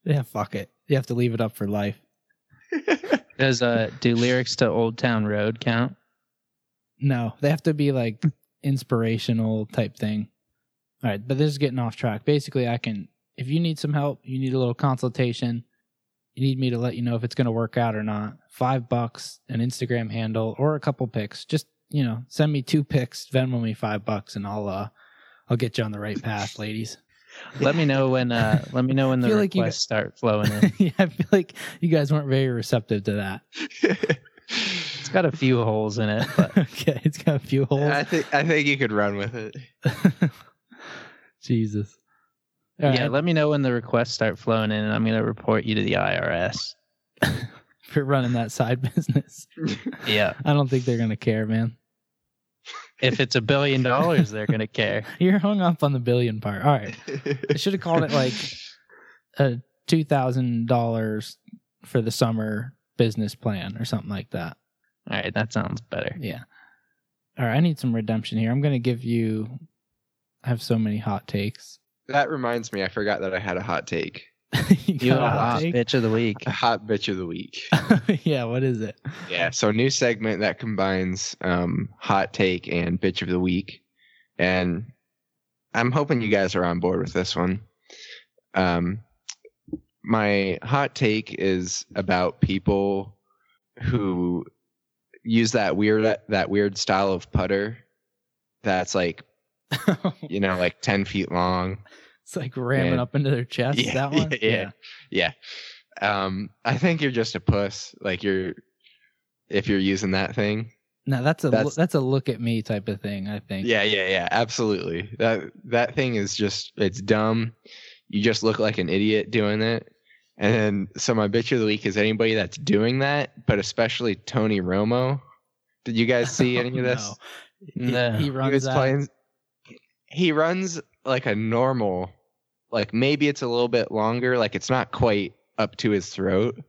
Speaker 1: Yeah. Fuck it. You have to leave it up for life.
Speaker 3: Does uh do lyrics to Old Town Road count?
Speaker 1: No, they have to be like inspirational type thing. All right, but this is getting off track. Basically, I can if you need some help, you need a little consultation, you need me to let you know if it's going to work out or not. 5 bucks, an Instagram handle or a couple pics. Just, you know, send me two pics, Venmo me 5 bucks and I'll uh I'll get you on the right path, ladies.
Speaker 3: Let me know when uh let me know when the
Speaker 1: Feel
Speaker 3: requests
Speaker 1: like you got-
Speaker 3: start flowing in.
Speaker 1: yeah, I feel like you guys weren't very receptive to that.
Speaker 3: It's got a few holes in it, but
Speaker 1: okay, it's got a few holes.
Speaker 2: I think I think you could run with it.
Speaker 1: Jesus. All
Speaker 3: yeah,
Speaker 1: right.
Speaker 3: let me know when the requests start flowing in, and I'm going to report you to the IRS.
Speaker 1: for running that side business.
Speaker 3: Yeah.
Speaker 1: I don't think they're gonna care, man.
Speaker 3: if it's a billion dollars, they're going to care.
Speaker 1: You're hung up on the billion part. All right. I should have called it like a two thousand dollars for the summer business plan or something like that.
Speaker 3: All right, that sounds better.
Speaker 1: Yeah. All right, I need some redemption here. I'm gonna give you. I have so many hot takes.
Speaker 2: that reminds me, I forgot that I had a hot take.
Speaker 1: you
Speaker 3: You
Speaker 1: got a hot
Speaker 3: hot
Speaker 1: take?
Speaker 3: bitch of the week.
Speaker 2: A hot bitch of the week.
Speaker 1: yeah. What is it?
Speaker 2: yeah. So new segment that combines um, hot take and bitch of the week, and I'm hoping you guys are on board with this one. Um, my hot take is about people who use that weird that weird style of putter that's like you know like 10 feet long
Speaker 1: it's like ramming
Speaker 2: Yeah.
Speaker 1: up into their chest.
Speaker 2: Yeah,
Speaker 1: that one.
Speaker 2: yeah, yeah. Yeah. Um, I think you're just a puss. Like you're, if you're using that thing.
Speaker 1: No, that's a
Speaker 2: That's-
Speaker 1: that's a look at me type of thing. I think.
Speaker 2: Yeah, yeah, yeah. Absolutely. That that thing is just it's dumb. You just look like an idiot doing it. And then, so my bitch of the week is anybody that's doing that, but especially Tony Romo. Did you guys see any of
Speaker 1: No.
Speaker 2: this?
Speaker 1: He-
Speaker 3: No.
Speaker 1: He,
Speaker 2: he
Speaker 1: runs
Speaker 2: was
Speaker 1: out.
Speaker 2: playing. He runs like a normal, like maybe it's a little bit longer. Like it's not quite up to his throat.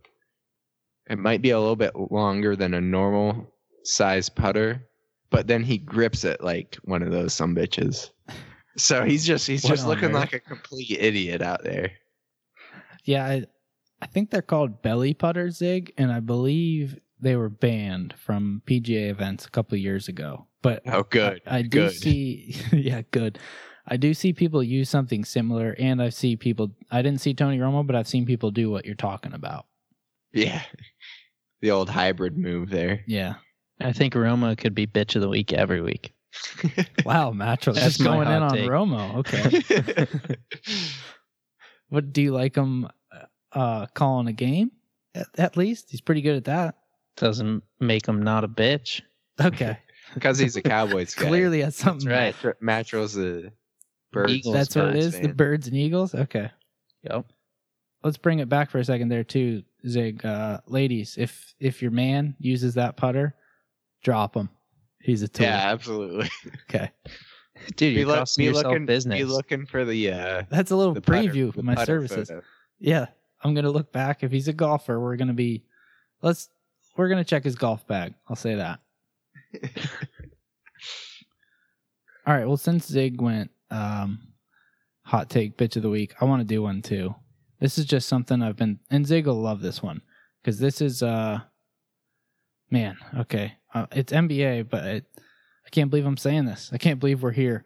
Speaker 2: It might be a little bit longer than a normal size putter, but then he grips it like one of those some bitches. So he's just he's
Speaker 1: What
Speaker 2: just
Speaker 1: on
Speaker 2: looking
Speaker 1: earth?
Speaker 2: like a complete idiot out there.
Speaker 1: Yeah, I, I think they're called belly putter zig, and I believe they were banned from PGA events a couple of years ago. But
Speaker 2: Oh, good.
Speaker 1: I, I do
Speaker 2: good.
Speaker 1: see, yeah, good. I do see people use something similar, and I see people. I didn't see Tony Romo, but I've seen people do what you're talking about.
Speaker 2: yeah, the old hybrid move there.
Speaker 1: Yeah.
Speaker 3: I think Roma could be bitch of the week every week.
Speaker 1: Wow, Matro,
Speaker 3: That's
Speaker 1: just
Speaker 3: my
Speaker 1: going in
Speaker 3: hot
Speaker 1: on
Speaker 3: take.
Speaker 1: Romo. Okay. what do you like him uh, calling a game? At, at least he's pretty good at that.
Speaker 3: Doesn't make him not a bitch.
Speaker 1: Okay.
Speaker 2: Because he's a Cowboys guy.
Speaker 1: Clearly, that's something.
Speaker 3: right.
Speaker 2: Matro- Matro's the bird.
Speaker 3: Eagles
Speaker 1: That's what it
Speaker 3: Birds
Speaker 1: is. The birds and eagles. Okay.
Speaker 3: Yep.
Speaker 1: Let's bring it back for a second there too, Zig. Uh, ladies, if if your man uses that putter, drop him. He's a tool.
Speaker 2: Yeah, absolutely.
Speaker 1: Okay.
Speaker 3: Dude, you're costing yourself
Speaker 2: looking,
Speaker 3: business.
Speaker 2: Be looking for the uh,
Speaker 1: That's a little
Speaker 2: the putter-
Speaker 1: preview
Speaker 2: the
Speaker 1: of my
Speaker 2: putter
Speaker 1: services.
Speaker 2: photo.
Speaker 1: Yeah. I'm gonna look back. If he's a golfer, we're gonna be let's we're gonna check his golf bag. I'll say that. All right. Well, since Zig went um, hot take bitch of the week, I want to do one too. This is just something I've been, and Zig will love this one because this is, uh, man, okay, uh, it's NBA, but it, I can't believe I'm saying this. I can't believe we're here.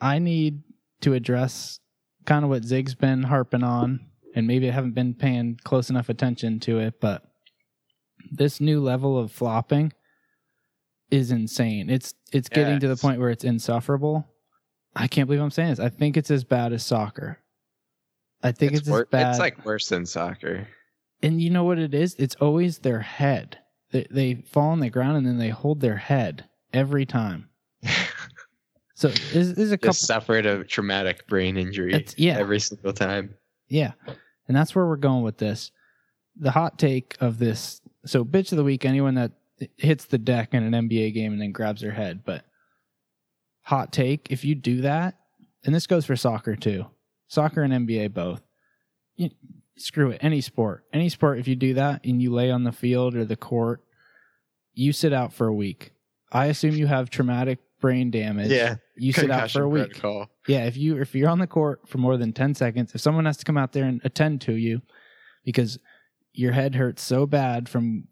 Speaker 1: I need to address kind of what Zig's been harping on, and maybe I haven't been paying close enough attention to it, but this new level of flopping is insane. It's it's getting to the
Speaker 2: Yes.
Speaker 1: point where it's insufferable. I can't believe I'm saying this. I think it's as bad as soccer. I think it's,
Speaker 2: it's, wor-
Speaker 1: as bad.
Speaker 2: it's like worse than soccer.
Speaker 1: and you know what it is? It's always their head. They, they fall on the ground and then they hold their head every time. So there's, there's a couple.
Speaker 2: Just suffered a traumatic brain injury
Speaker 1: It's- yeah.
Speaker 2: every single time.
Speaker 1: Yeah. And that's where we're going with this. The hot take of this. So, bitch of the week, anyone that hits the deck in an NBA game and then grabs their head. But, hot take, if you do that, and this goes for soccer too, soccer and NBA both. You, screw it. Any sport. Any sport, if you do that and you lay on the field or the court, you sit out for a week. I assume you have traumatic brain damage.
Speaker 2: Yeah,
Speaker 1: You sit out for a week.
Speaker 2: protocol.
Speaker 1: Yeah, if you if you're on the court for more than ten seconds, if someone has to come out there and attend to you because your head hurts so bad from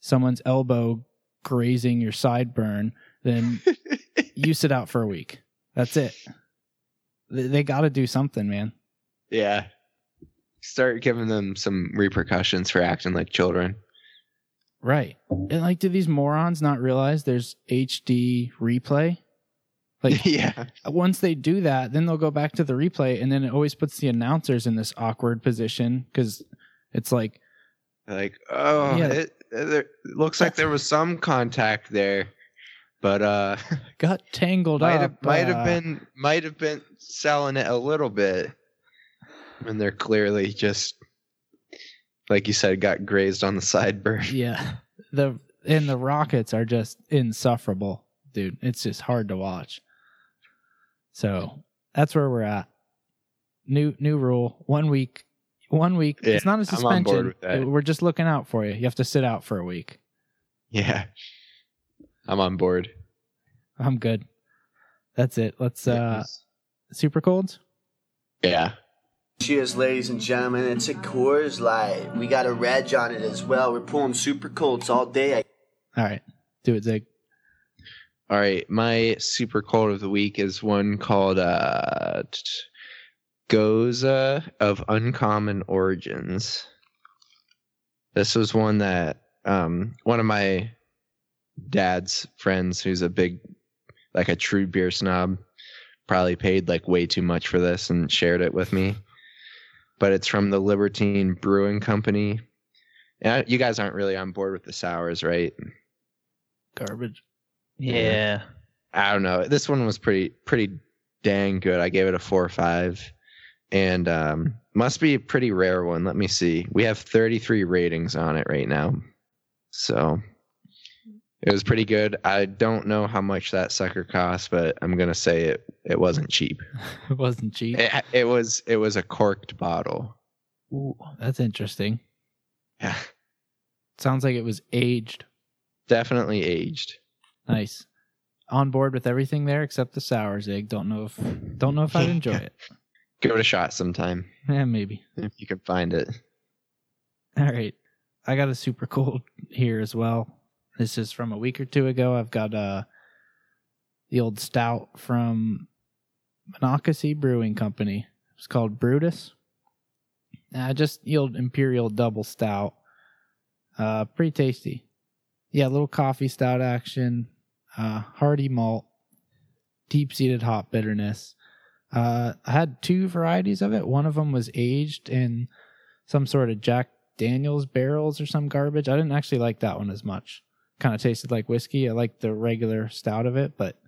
Speaker 1: someone's elbow grazing your sideburn, then you sit out for a week. That's it. They, they got to do something, man.
Speaker 2: Yeah. Start giving them some repercussions for acting like children.
Speaker 1: Right. And like, do these morons not realize there's HD replay? Like,
Speaker 2: yeah.
Speaker 1: once they do that, then they'll go back to the replay, and then it always puts the announcers in this awkward position because it's like
Speaker 2: Like, oh,
Speaker 1: Yeah.
Speaker 2: it, it, there- it looks like there was some contact there, but uh,
Speaker 1: got tangled
Speaker 2: might
Speaker 1: up.
Speaker 2: have might
Speaker 1: uh,
Speaker 2: have been might have been selling it a little bit. and they're clearly just like you said got grazed on the sideburn.
Speaker 1: Yeah. The and the Rockets are just insufferable, dude. It's just hard to watch. So that's where we're at. New new rule. One week. One week.
Speaker 2: Yeah,
Speaker 1: it's not a
Speaker 2: I'm
Speaker 1: suspension.
Speaker 2: on board with that.
Speaker 1: We're just looking out for you. You have to sit out for a week.
Speaker 2: Yeah, I'm on board.
Speaker 1: I'm good. That's it. Let's uh super colds.
Speaker 2: yeah,
Speaker 7: Cheers, ladies and gentlemen. It's a Coors Light. We got a reg on it as well. We're pulling super colds all day.
Speaker 1: All right. Do it, Zig.
Speaker 2: All right, my super cold of the week is one called uh, t- Goza of Uncommon Origins. This was one that um, one of my dad's friends, who's a big, like a true beer snob, probably paid like way too much for this and shared it with me. But it's from the Libertine Brewing Company. And I- You guys aren't really on board with the sours, right?
Speaker 1: Garbage.
Speaker 3: Yeah.
Speaker 2: I don't know. This one was pretty pretty dang good. I gave it a four or five, and um, must be a pretty rare one. Let me see. We have 33 ratings on it right now, so it was pretty good. I don't know how much that sucker cost, but I'm gonna say it it wasn't cheap.
Speaker 1: it wasn't cheap.
Speaker 2: It, it was it was a corked bottle.
Speaker 1: Ooh, that's interesting.
Speaker 2: Yeah,
Speaker 1: Sounds like it was aged.
Speaker 2: definitely aged.
Speaker 1: Nice. On board with everything there except the sour zig. Don't know if don't know if I'd enjoy it.
Speaker 2: Give it a shot sometime
Speaker 1: Yeah, maybe.
Speaker 2: if you can find it.
Speaker 1: All right. I got a super cold here as well. This is from a week or two ago. I've got uh the old stout from Monocacy Brewing Company. It's called Brutus. Uh, just the old Imperial double stout. Uh pretty tasty. Yeah, a little coffee stout action, uh hearty malt, deep seated hop bitterness. Uh I had two varieties of it. One of them was aged in some sort of Jack Daniels barrels or some garbage. I didn't actually like that one as much. Kind of tasted like whiskey. I liked the regular stout of it, but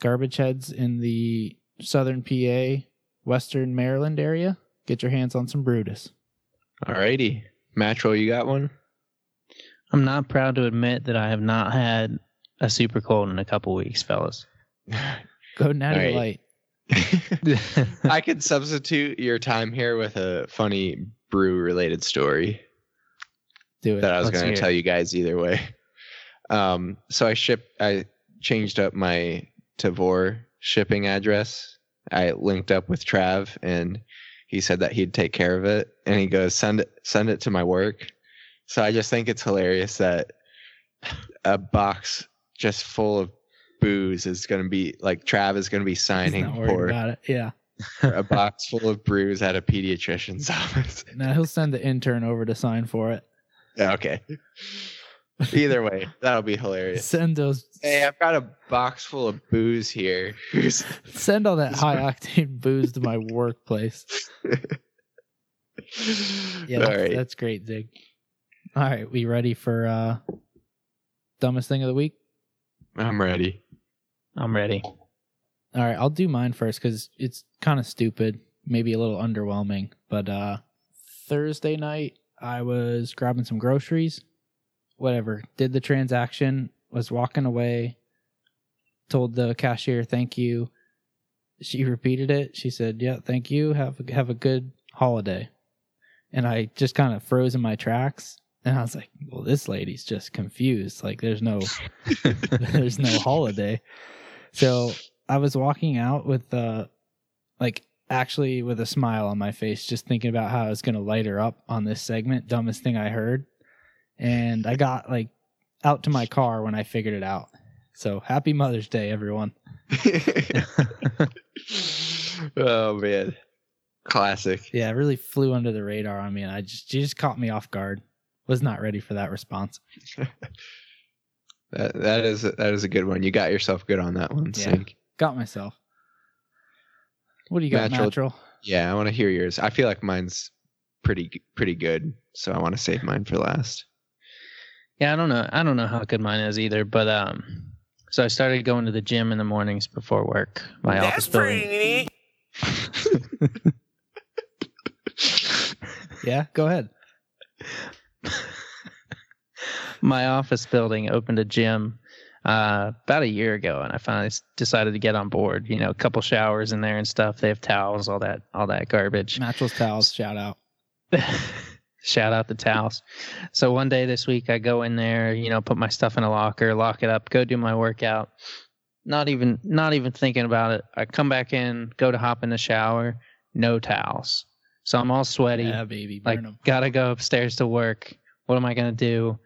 Speaker 1: garbage heads in the southern PA, western Maryland area, get your hands on some Brutus.
Speaker 2: Alrighty, Matro, you got one?
Speaker 3: I'm not proud to admit that I have not had a super cold in a couple weeks, fellas.
Speaker 1: Go natty
Speaker 2: All right.
Speaker 1: light.
Speaker 2: I could substitute your time here with a funny brew related story
Speaker 1: Do it.
Speaker 2: that I was
Speaker 3: Let's
Speaker 2: going
Speaker 3: hear
Speaker 2: to
Speaker 3: it.
Speaker 2: tell you guys either way. Um, so I ship, I changed up my Tavor shipping address. I linked up with Trav, and he said that he'd take care of it. And he goes, "Send it, send it to my work." So I just think it's hilarious that a box just full of booze is going to be like Trav is going to be
Speaker 1: He's
Speaker 2: signing
Speaker 1: not worried
Speaker 2: for
Speaker 1: about it. Yeah.
Speaker 2: a box full of brews at a pediatrician's office.
Speaker 1: Now he'll send the intern over to sign for it.
Speaker 2: Yeah, okay. Either way, that'll be hilarious.
Speaker 1: Send those.
Speaker 2: Hey, I've got a box full of booze here.
Speaker 1: Send all that high octane booze to my workplace. Yeah,
Speaker 2: All
Speaker 1: that's,
Speaker 2: right.
Speaker 1: that's great, Zig. All right, we ready for uh dumbest thing of the week?
Speaker 2: I'm ready.
Speaker 3: I'm ready.
Speaker 1: All right, I'll do mine first because it's kind of stupid, maybe a little underwhelming. But uh Thursday night, I was grabbing some groceries, whatever. Did the transaction, was walking away, told the cashier thank you. She repeated it. She said, "Yeah, thank you. Have a, have a good holiday." And I just kind of froze in my tracks, and I was like, "Well, this lady's just confused. Like, there's no." there's no holiday. So I was walking out with uh like actually with a smile on my face, just thinking about how I was gonna light her up on this segment, dumbest thing I heard. And I got like out to my car when I figured it out. So happy Mother's Day, everyone.
Speaker 2: oh man, classic.
Speaker 1: Yeah, it really flew under the radar on me and I just she just caught me off guard. Was not ready for that response.
Speaker 2: That that is that is a good one. You got yourself good on that one.
Speaker 1: Yeah.
Speaker 2: Sink.
Speaker 1: Got myself. What do you got,
Speaker 2: Natural-
Speaker 1: natural?
Speaker 2: Yeah, I want to hear yours. I feel like mine's pretty pretty good, so I want to save mine for last.
Speaker 3: Yeah, I don't know. I don't know how good mine is either, but um so I started going to the gym in the mornings before work. My
Speaker 4: That's
Speaker 3: office building.
Speaker 4: pretty neat.
Speaker 1: Yeah, go ahead.
Speaker 3: my office building opened a gym uh, about a year ago, and I finally s- decided to get on board. You know, a couple showers in there and stuff. They have towels, all that, all that garbage.
Speaker 1: Mattress towels, shout out.
Speaker 3: Shout out the towels. So one day this week, I go in there, you know, put my stuff in a locker, lock it up, go do my workout. Not even, not even thinking about it. I come back in, go to hop in the shower, no towels. So I'm all sweaty
Speaker 1: Yeah, baby, burn
Speaker 3: like
Speaker 1: 'em.
Speaker 3: gotta go upstairs to work what am i gonna do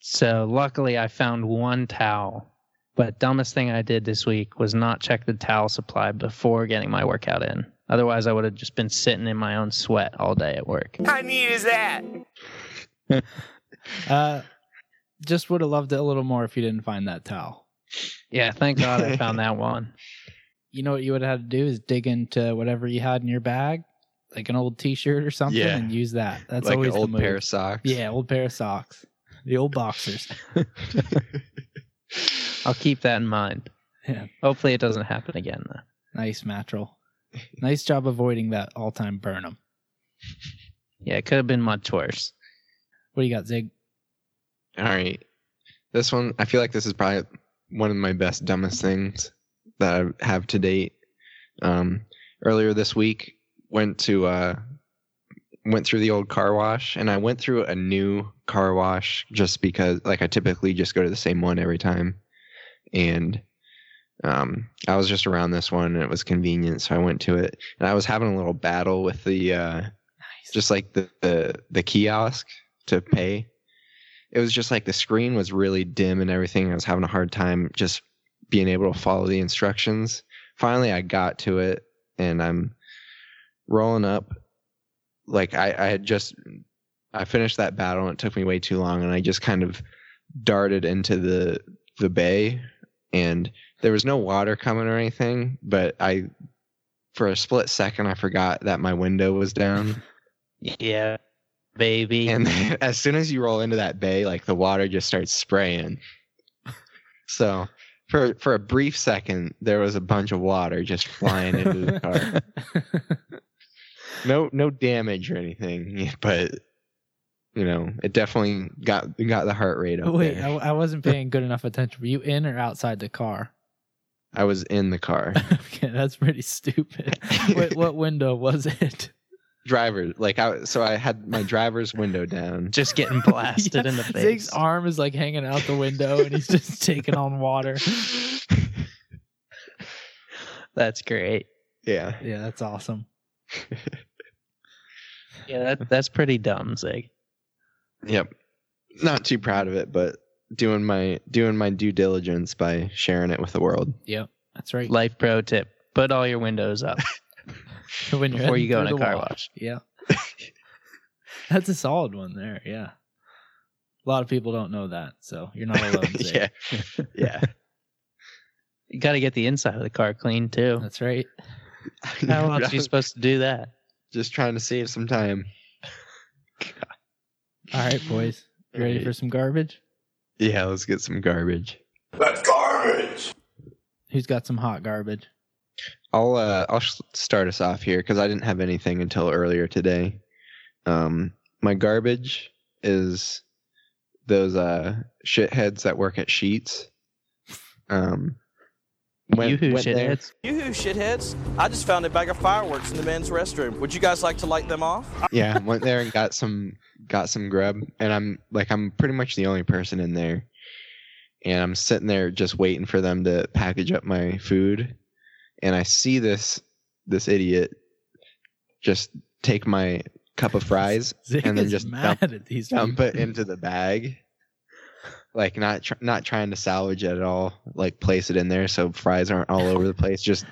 Speaker 3: so luckily i found one towel but dumbest thing i did this week was not check the towel supply before getting my workout in otherwise i would have just been sitting in my own sweat all day at work
Speaker 4: How neat is that?
Speaker 1: Uh, just would have loved it a little more if you didn't find that towel.
Speaker 3: yeah thank god i found that one
Speaker 1: You know what you would have had to do is dig into whatever you had in your bag, like an old T-shirt or something,
Speaker 2: Yeah.
Speaker 1: and use that. That's
Speaker 2: like an
Speaker 1: always
Speaker 2: old
Speaker 1: the move.
Speaker 2: pair of socks.
Speaker 1: Yeah, old pair of socks, the old boxers.
Speaker 3: i'll keep that in mind
Speaker 1: Yeah.
Speaker 3: hopefully it doesn't happen again though
Speaker 1: nice mattrel. Nice job avoiding that all-time Burnham.
Speaker 3: yeah it could have been much worse
Speaker 1: What do you got, Zig?
Speaker 2: All right. This one, I feel like this is probably one of my best, dumbest things that I have to date. Um, earlier this week, went to uh, went through the old car wash, and I went through a new car wash just because, like, I typically just go to the same one every time, and um, I was just around this one, and it was convenient, so I went to it, and I was having a little battle with the uh, just like the, the the kiosk to pay it was just like the screen was really dim and everything. I was having a hard time just being able to follow the instructions. Finally, I got to it and I'm rolling up. Like I, I had just, I finished that battle and it took me way too long. And I just kind of darted into the, the bay and there was no water coming or anything. But I, for a split second, I forgot that my window was down.
Speaker 3: yeah baby
Speaker 2: And then as soon as you roll into that bay, like the water just starts spraying. So for for a brief second, there was a bunch of water just flying into the car. No no damage or anything, but you know, it definitely got got the heart rate up.
Speaker 1: Wait, I,
Speaker 2: there.
Speaker 1: I wasn't paying good enough attention. Were you in or outside the car?
Speaker 2: I, was in the car.
Speaker 1: okay, that's pretty stupid. what, what window was it?
Speaker 2: Driver, like I so I had my driver's window down.
Speaker 3: just getting blasted
Speaker 1: Yeah,
Speaker 3: in the face
Speaker 1: Zig's arm is like hanging out the window, and he's just taking on water.
Speaker 3: that's great
Speaker 2: Yeah.
Speaker 1: Yeah, that's awesome.
Speaker 3: yeah that, that's pretty dumb zig
Speaker 2: Yep. Not too proud of it, but doing my doing my due diligence by sharing it with the world.
Speaker 1: Yep, that's right.
Speaker 3: Life pro tip: Put all your windows up
Speaker 1: when you're
Speaker 3: before you go in
Speaker 1: heading through
Speaker 3: a
Speaker 1: the
Speaker 3: car
Speaker 1: wall.
Speaker 3: wash.
Speaker 1: Yeah, that's a solid one there. Yeah, a lot of people don't know that, so you're not alone. Zig.
Speaker 2: yeah. yeah.
Speaker 3: You got to get the inside of the car clean too.
Speaker 1: that's right.
Speaker 3: How else are you supposed to do that?
Speaker 2: Just trying to save some time.
Speaker 1: All right, boys, you ready for some garbage?
Speaker 2: Yeah, let's get some garbage.
Speaker 4: That's garbage!
Speaker 1: Who's got some hot garbage?
Speaker 2: I'll uh, I'll s- start us off here because I didn't have anything until earlier today. Um, my garbage is those uh shitheads that work at Sheets. Um, went,
Speaker 3: Yoo-hoo,
Speaker 2: went there-
Speaker 3: shitheads.
Speaker 8: You who shitheads! I just found a bag of fireworks in the men's restroom. Would you guys like to light them off?
Speaker 2: yeah, went there and got some got some grub, and I'm like I'm pretty much the only person in there, and I'm sitting there just waiting for them to package up my food, and I see this this idiot just take my cup of fries,
Speaker 1: Zig
Speaker 2: And then
Speaker 1: is
Speaker 2: just
Speaker 1: mad
Speaker 2: dump-
Speaker 1: at these.
Speaker 2: dump
Speaker 1: people.
Speaker 2: it into the bag, like not tr- not trying to salvage it at all, like place it in there so fries aren't all over the place. Just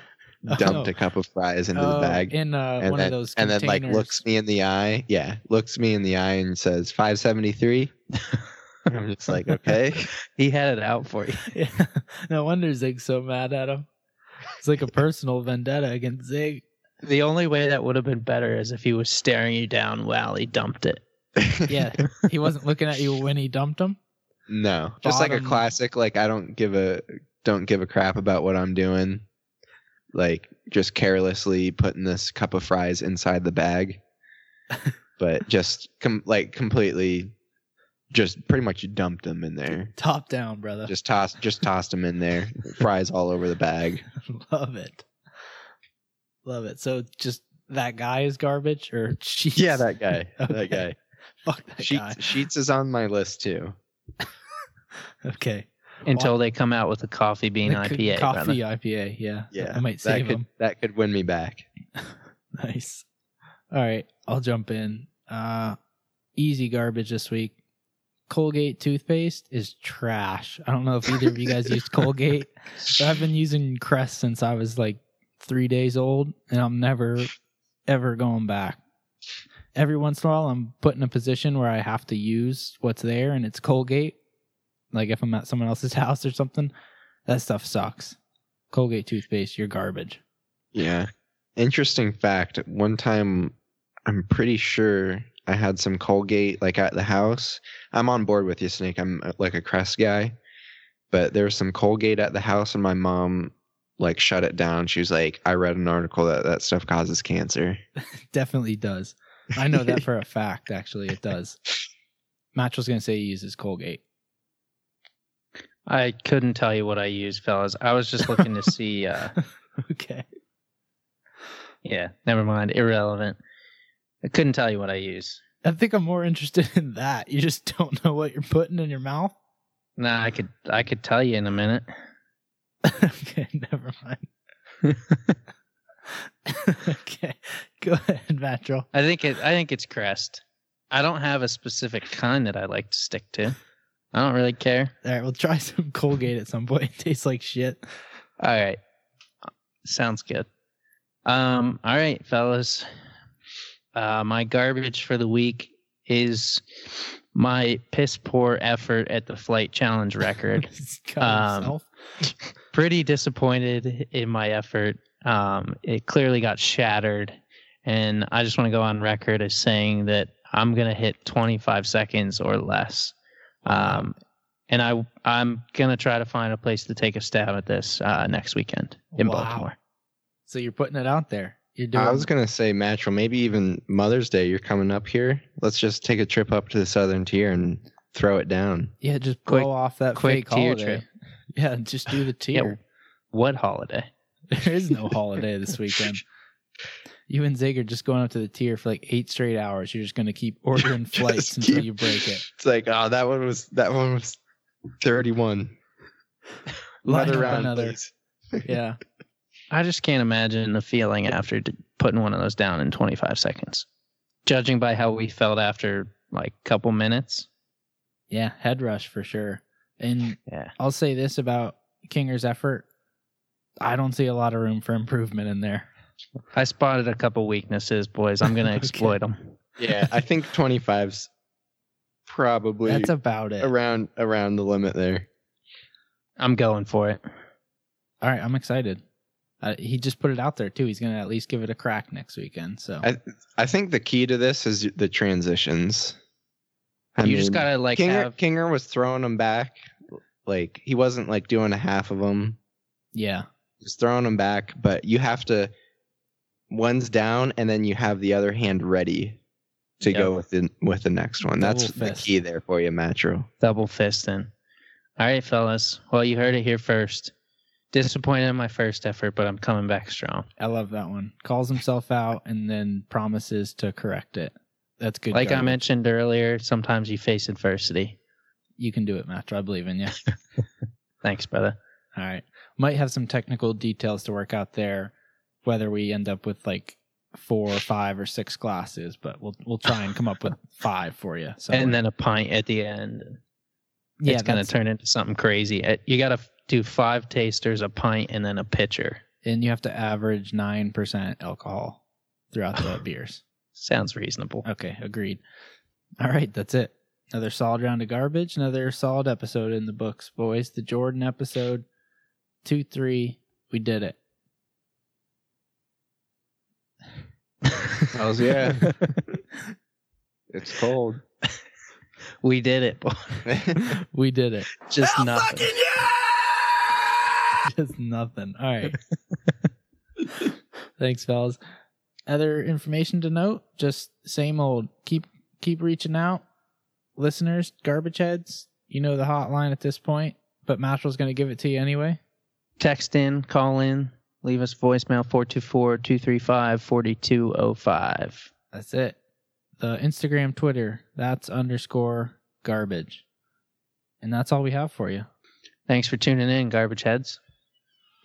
Speaker 2: dumped
Speaker 1: Oh.
Speaker 2: a cup of fries into
Speaker 1: Oh,
Speaker 2: the bag
Speaker 1: in uh, one
Speaker 2: then,
Speaker 1: of those
Speaker 2: and
Speaker 1: containers.
Speaker 2: then like looks me in the eye yeah looks me in the eye and says 573 i'm just like okay
Speaker 3: He had it out for you.
Speaker 1: Yeah. No wonder Zig's so mad at him. It's like a personal vendetta against Zig.
Speaker 3: The only way that would have been better is if he was staring you down while he dumped it.
Speaker 1: Yeah, he wasn't looking at you when he dumped him.
Speaker 2: no just like a
Speaker 1: Bottom-
Speaker 2: classic like i don't give a don't give a crap about what i'm doing like just carelessly putting this cup of fries inside the bag but just com- like completely, just pretty much dumped them in there.
Speaker 1: Top down, brother.
Speaker 2: Just tossed, just tossed them in there. Fries all over the bag.
Speaker 1: Love it. Love it. So just that guy is garbage or sheets?
Speaker 2: Yeah, that guy.
Speaker 1: Okay.
Speaker 2: That guy.
Speaker 1: fuck that guy.
Speaker 2: Sheets, Sheets is on my list too.
Speaker 1: Okay.
Speaker 3: until they come out with a coffee bean
Speaker 1: The co-
Speaker 3: IPA. brother.
Speaker 1: Coffee IPA, yeah.
Speaker 2: Yeah,
Speaker 1: I might
Speaker 2: that
Speaker 1: save
Speaker 2: could,
Speaker 1: him.
Speaker 2: That could win me back.
Speaker 1: Nice. All right, I'll jump in. Uh easy garbage this week. Colgate toothpaste is trash. I don't know if either of you guys used Colgate, but I've been using Crest since I was like 3 days old and I'm never ever going back. Every once in a while I'm put in a position where I have to use what's there and it's Colgate. Like if I'm at someone else's house or something, that stuff sucks. Colgate toothpaste, you're garbage.
Speaker 2: Yeah. Interesting fact. One time, I'm pretty sure I had some Colgate like at the house. I'm on board with you, Snake. I'm uh, like a Crest guy, but there was some Colgate at the house, and my mom like shut it down. She was like, "I read an article that that stuff causes cancer."
Speaker 1: definitely does. I know that for a fact. Actually, it does. Match was gonna say he uses Colgate.
Speaker 3: I couldn't tell you what I use, fellas. I was just looking to see. Uh,
Speaker 1: Okay.
Speaker 3: yeah, never mind. Irrelevant. I couldn't tell you what I use.
Speaker 1: I think I'm more interested in that. You just don't know what you're putting in your mouth.
Speaker 3: Nah, I could I could tell you in a minute.
Speaker 1: okay, never mind. okay, go ahead, Mattrell.
Speaker 3: I think it I think it's Crest. I don't have a specific kind that I like to stick to. I don't really care.
Speaker 1: All right, we'll try some Colgate at some point. It tastes like shit.
Speaker 3: All right. Sounds good. Um, all right, fellas. Uh, my garbage for the week is my piss poor effort at the flight challenge record.
Speaker 1: It's
Speaker 3: Um,
Speaker 1: got itself.
Speaker 3: Pretty disappointed in my effort. Um, it clearly got shattered. And I just want to go on record as saying that I'm going to hit 25 seconds or less. Um, and I, I'm going to try to find a place to take a stab at this uh, next weekend in
Speaker 1: Wow.
Speaker 3: Baltimore.
Speaker 1: So you're putting it out there. You're doing.
Speaker 2: I was gonna say, Matchel, maybe even Mother's Day. You're coming up here. Let's just take a trip up to the southern tier and throw it down.
Speaker 1: yeah, just
Speaker 3: Quick-
Speaker 1: blow off that
Speaker 3: quick
Speaker 1: fake
Speaker 3: tier
Speaker 1: holiday.
Speaker 3: trip.
Speaker 1: Yeah, just do the tier.
Speaker 3: Yeah, What holiday?
Speaker 1: There is no holiday this weekend. You and Zig are just going up to the tier for like eight straight hours. You're just going to keep ordering
Speaker 2: Just
Speaker 1: flights until
Speaker 2: keep-
Speaker 1: you break it.
Speaker 2: It's like, oh, that one was that one was thirty-one.
Speaker 1: Line
Speaker 2: Another
Speaker 1: up
Speaker 2: round,
Speaker 1: another.
Speaker 2: please.
Speaker 1: Yeah.
Speaker 3: I just can't imagine the feeling after d- putting one of those down in 25 seconds. Judging by how we felt after like a couple minutes.
Speaker 1: Yeah. Head rush for sure. And
Speaker 3: Yeah.
Speaker 1: I'll say this about Kinger's effort I don't see a lot of room for improvement in there.
Speaker 3: I spotted a couple weaknesses, boys. I'm going to
Speaker 1: Okay.
Speaker 3: exploit them.
Speaker 2: Yeah, I think 25's probably
Speaker 1: That's about it.
Speaker 2: around around the limit there.
Speaker 3: I'm going for it.
Speaker 1: All right. I'm excited. Uh, he just put it out there too. He's going to at least give it a crack next weekend. So
Speaker 2: I, I think the key to this is the transitions. I
Speaker 3: you just
Speaker 2: mean,
Speaker 3: got to like
Speaker 2: Kinger,
Speaker 3: have.
Speaker 2: Kinger was throwing them back. Like he wasn't like doing a half of them.
Speaker 1: yeah.
Speaker 2: just throwing them back, but you have to one's down and then you have the other hand ready to go
Speaker 3: Yep.
Speaker 2: with the with the next one. That's
Speaker 1: Double
Speaker 2: the
Speaker 1: fist.
Speaker 2: key there for you, Matro.
Speaker 3: double fisting. All right, fellas. Well, you heard it here first. Disappointed in my first effort, but I'm coming back strong.
Speaker 1: I love that one. Calls himself out and then promises to correct it. That's good.
Speaker 3: like I
Speaker 1: garbage.
Speaker 3: mentioned earlier, sometimes you face adversity.
Speaker 1: you can do it, Matro. I believe in you.
Speaker 3: Thanks, brother.
Speaker 1: All right. Might have some technical details to work out there, whether we end up with like four or five or six glasses, but we'll we'll try and come up with five for you. So
Speaker 3: and then a pint at the end.
Speaker 1: yeah,
Speaker 3: it's going to
Speaker 1: that's-
Speaker 3: turn into something crazy. It- You got to do five tasters, a pint, and then a pitcher.
Speaker 1: and you have to average nine percent alcohol throughout the beers.
Speaker 3: Sounds reasonable.
Speaker 1: Okay, agreed. All right, that's it. Another solid round of garbage. Another solid episode in the books, boys. The Jordan episode, two three. We did it.
Speaker 2: How's yeah? it's cold.
Speaker 3: We did it. boy.
Speaker 1: We did it.
Speaker 3: Just
Speaker 4: Hell
Speaker 3: nothing.
Speaker 4: fucking yeah!
Speaker 1: Just nothing. All right. Thanks, fellas. other information to note, just same old. Keep keep reaching out, listeners, garbage heads. You know the hotline at this point, but Mashal's going to give it to you anyway.
Speaker 3: Text in, call in, leave us voicemail 424 235 4205.
Speaker 1: That's it. The Instagram, Twitter, that's underscore garbage, and that's all we have for you.
Speaker 3: Thanks for tuning in, garbage heads.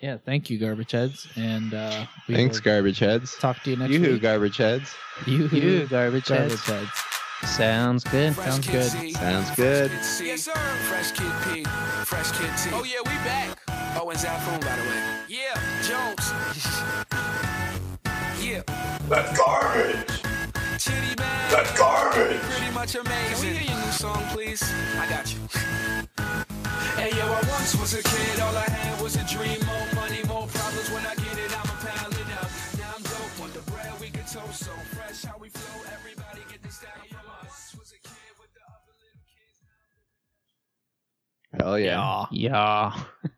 Speaker 1: Yeah, thank you, garbage heads, and uh, we
Speaker 2: Thanks,
Speaker 1: will
Speaker 2: garbage heads.
Speaker 1: Talk to you next
Speaker 2: Yoo-hoo,
Speaker 1: week.
Speaker 2: garbage heads.
Speaker 1: you,
Speaker 3: You garbage,
Speaker 1: garbage
Speaker 3: heads.
Speaker 1: heads.
Speaker 3: Sounds good.
Speaker 1: Sounds good.
Speaker 2: Sounds good.
Speaker 9: Yes, sir. Fresh Kid P. Fresh Kid T.
Speaker 8: Oh, yeah, we back.
Speaker 9: Owens iPhone, by the way.
Speaker 8: Yeah, Jones.
Speaker 9: Yeah.
Speaker 4: That's garbage.
Speaker 9: Chitty man.
Speaker 4: That's garbage.
Speaker 9: Pretty much amazing. Can we hear your new song, please? I got you. hey, yo, I once was a kid. All I had was a dream. More money, more problems. When I get it, I'ma pile it up. Now I'm dope on the bread. We can toast so fresh. How we flow. Everybody get this down from us. Was a kid with the other little kids.
Speaker 2: Hell yeah.
Speaker 3: Yeah.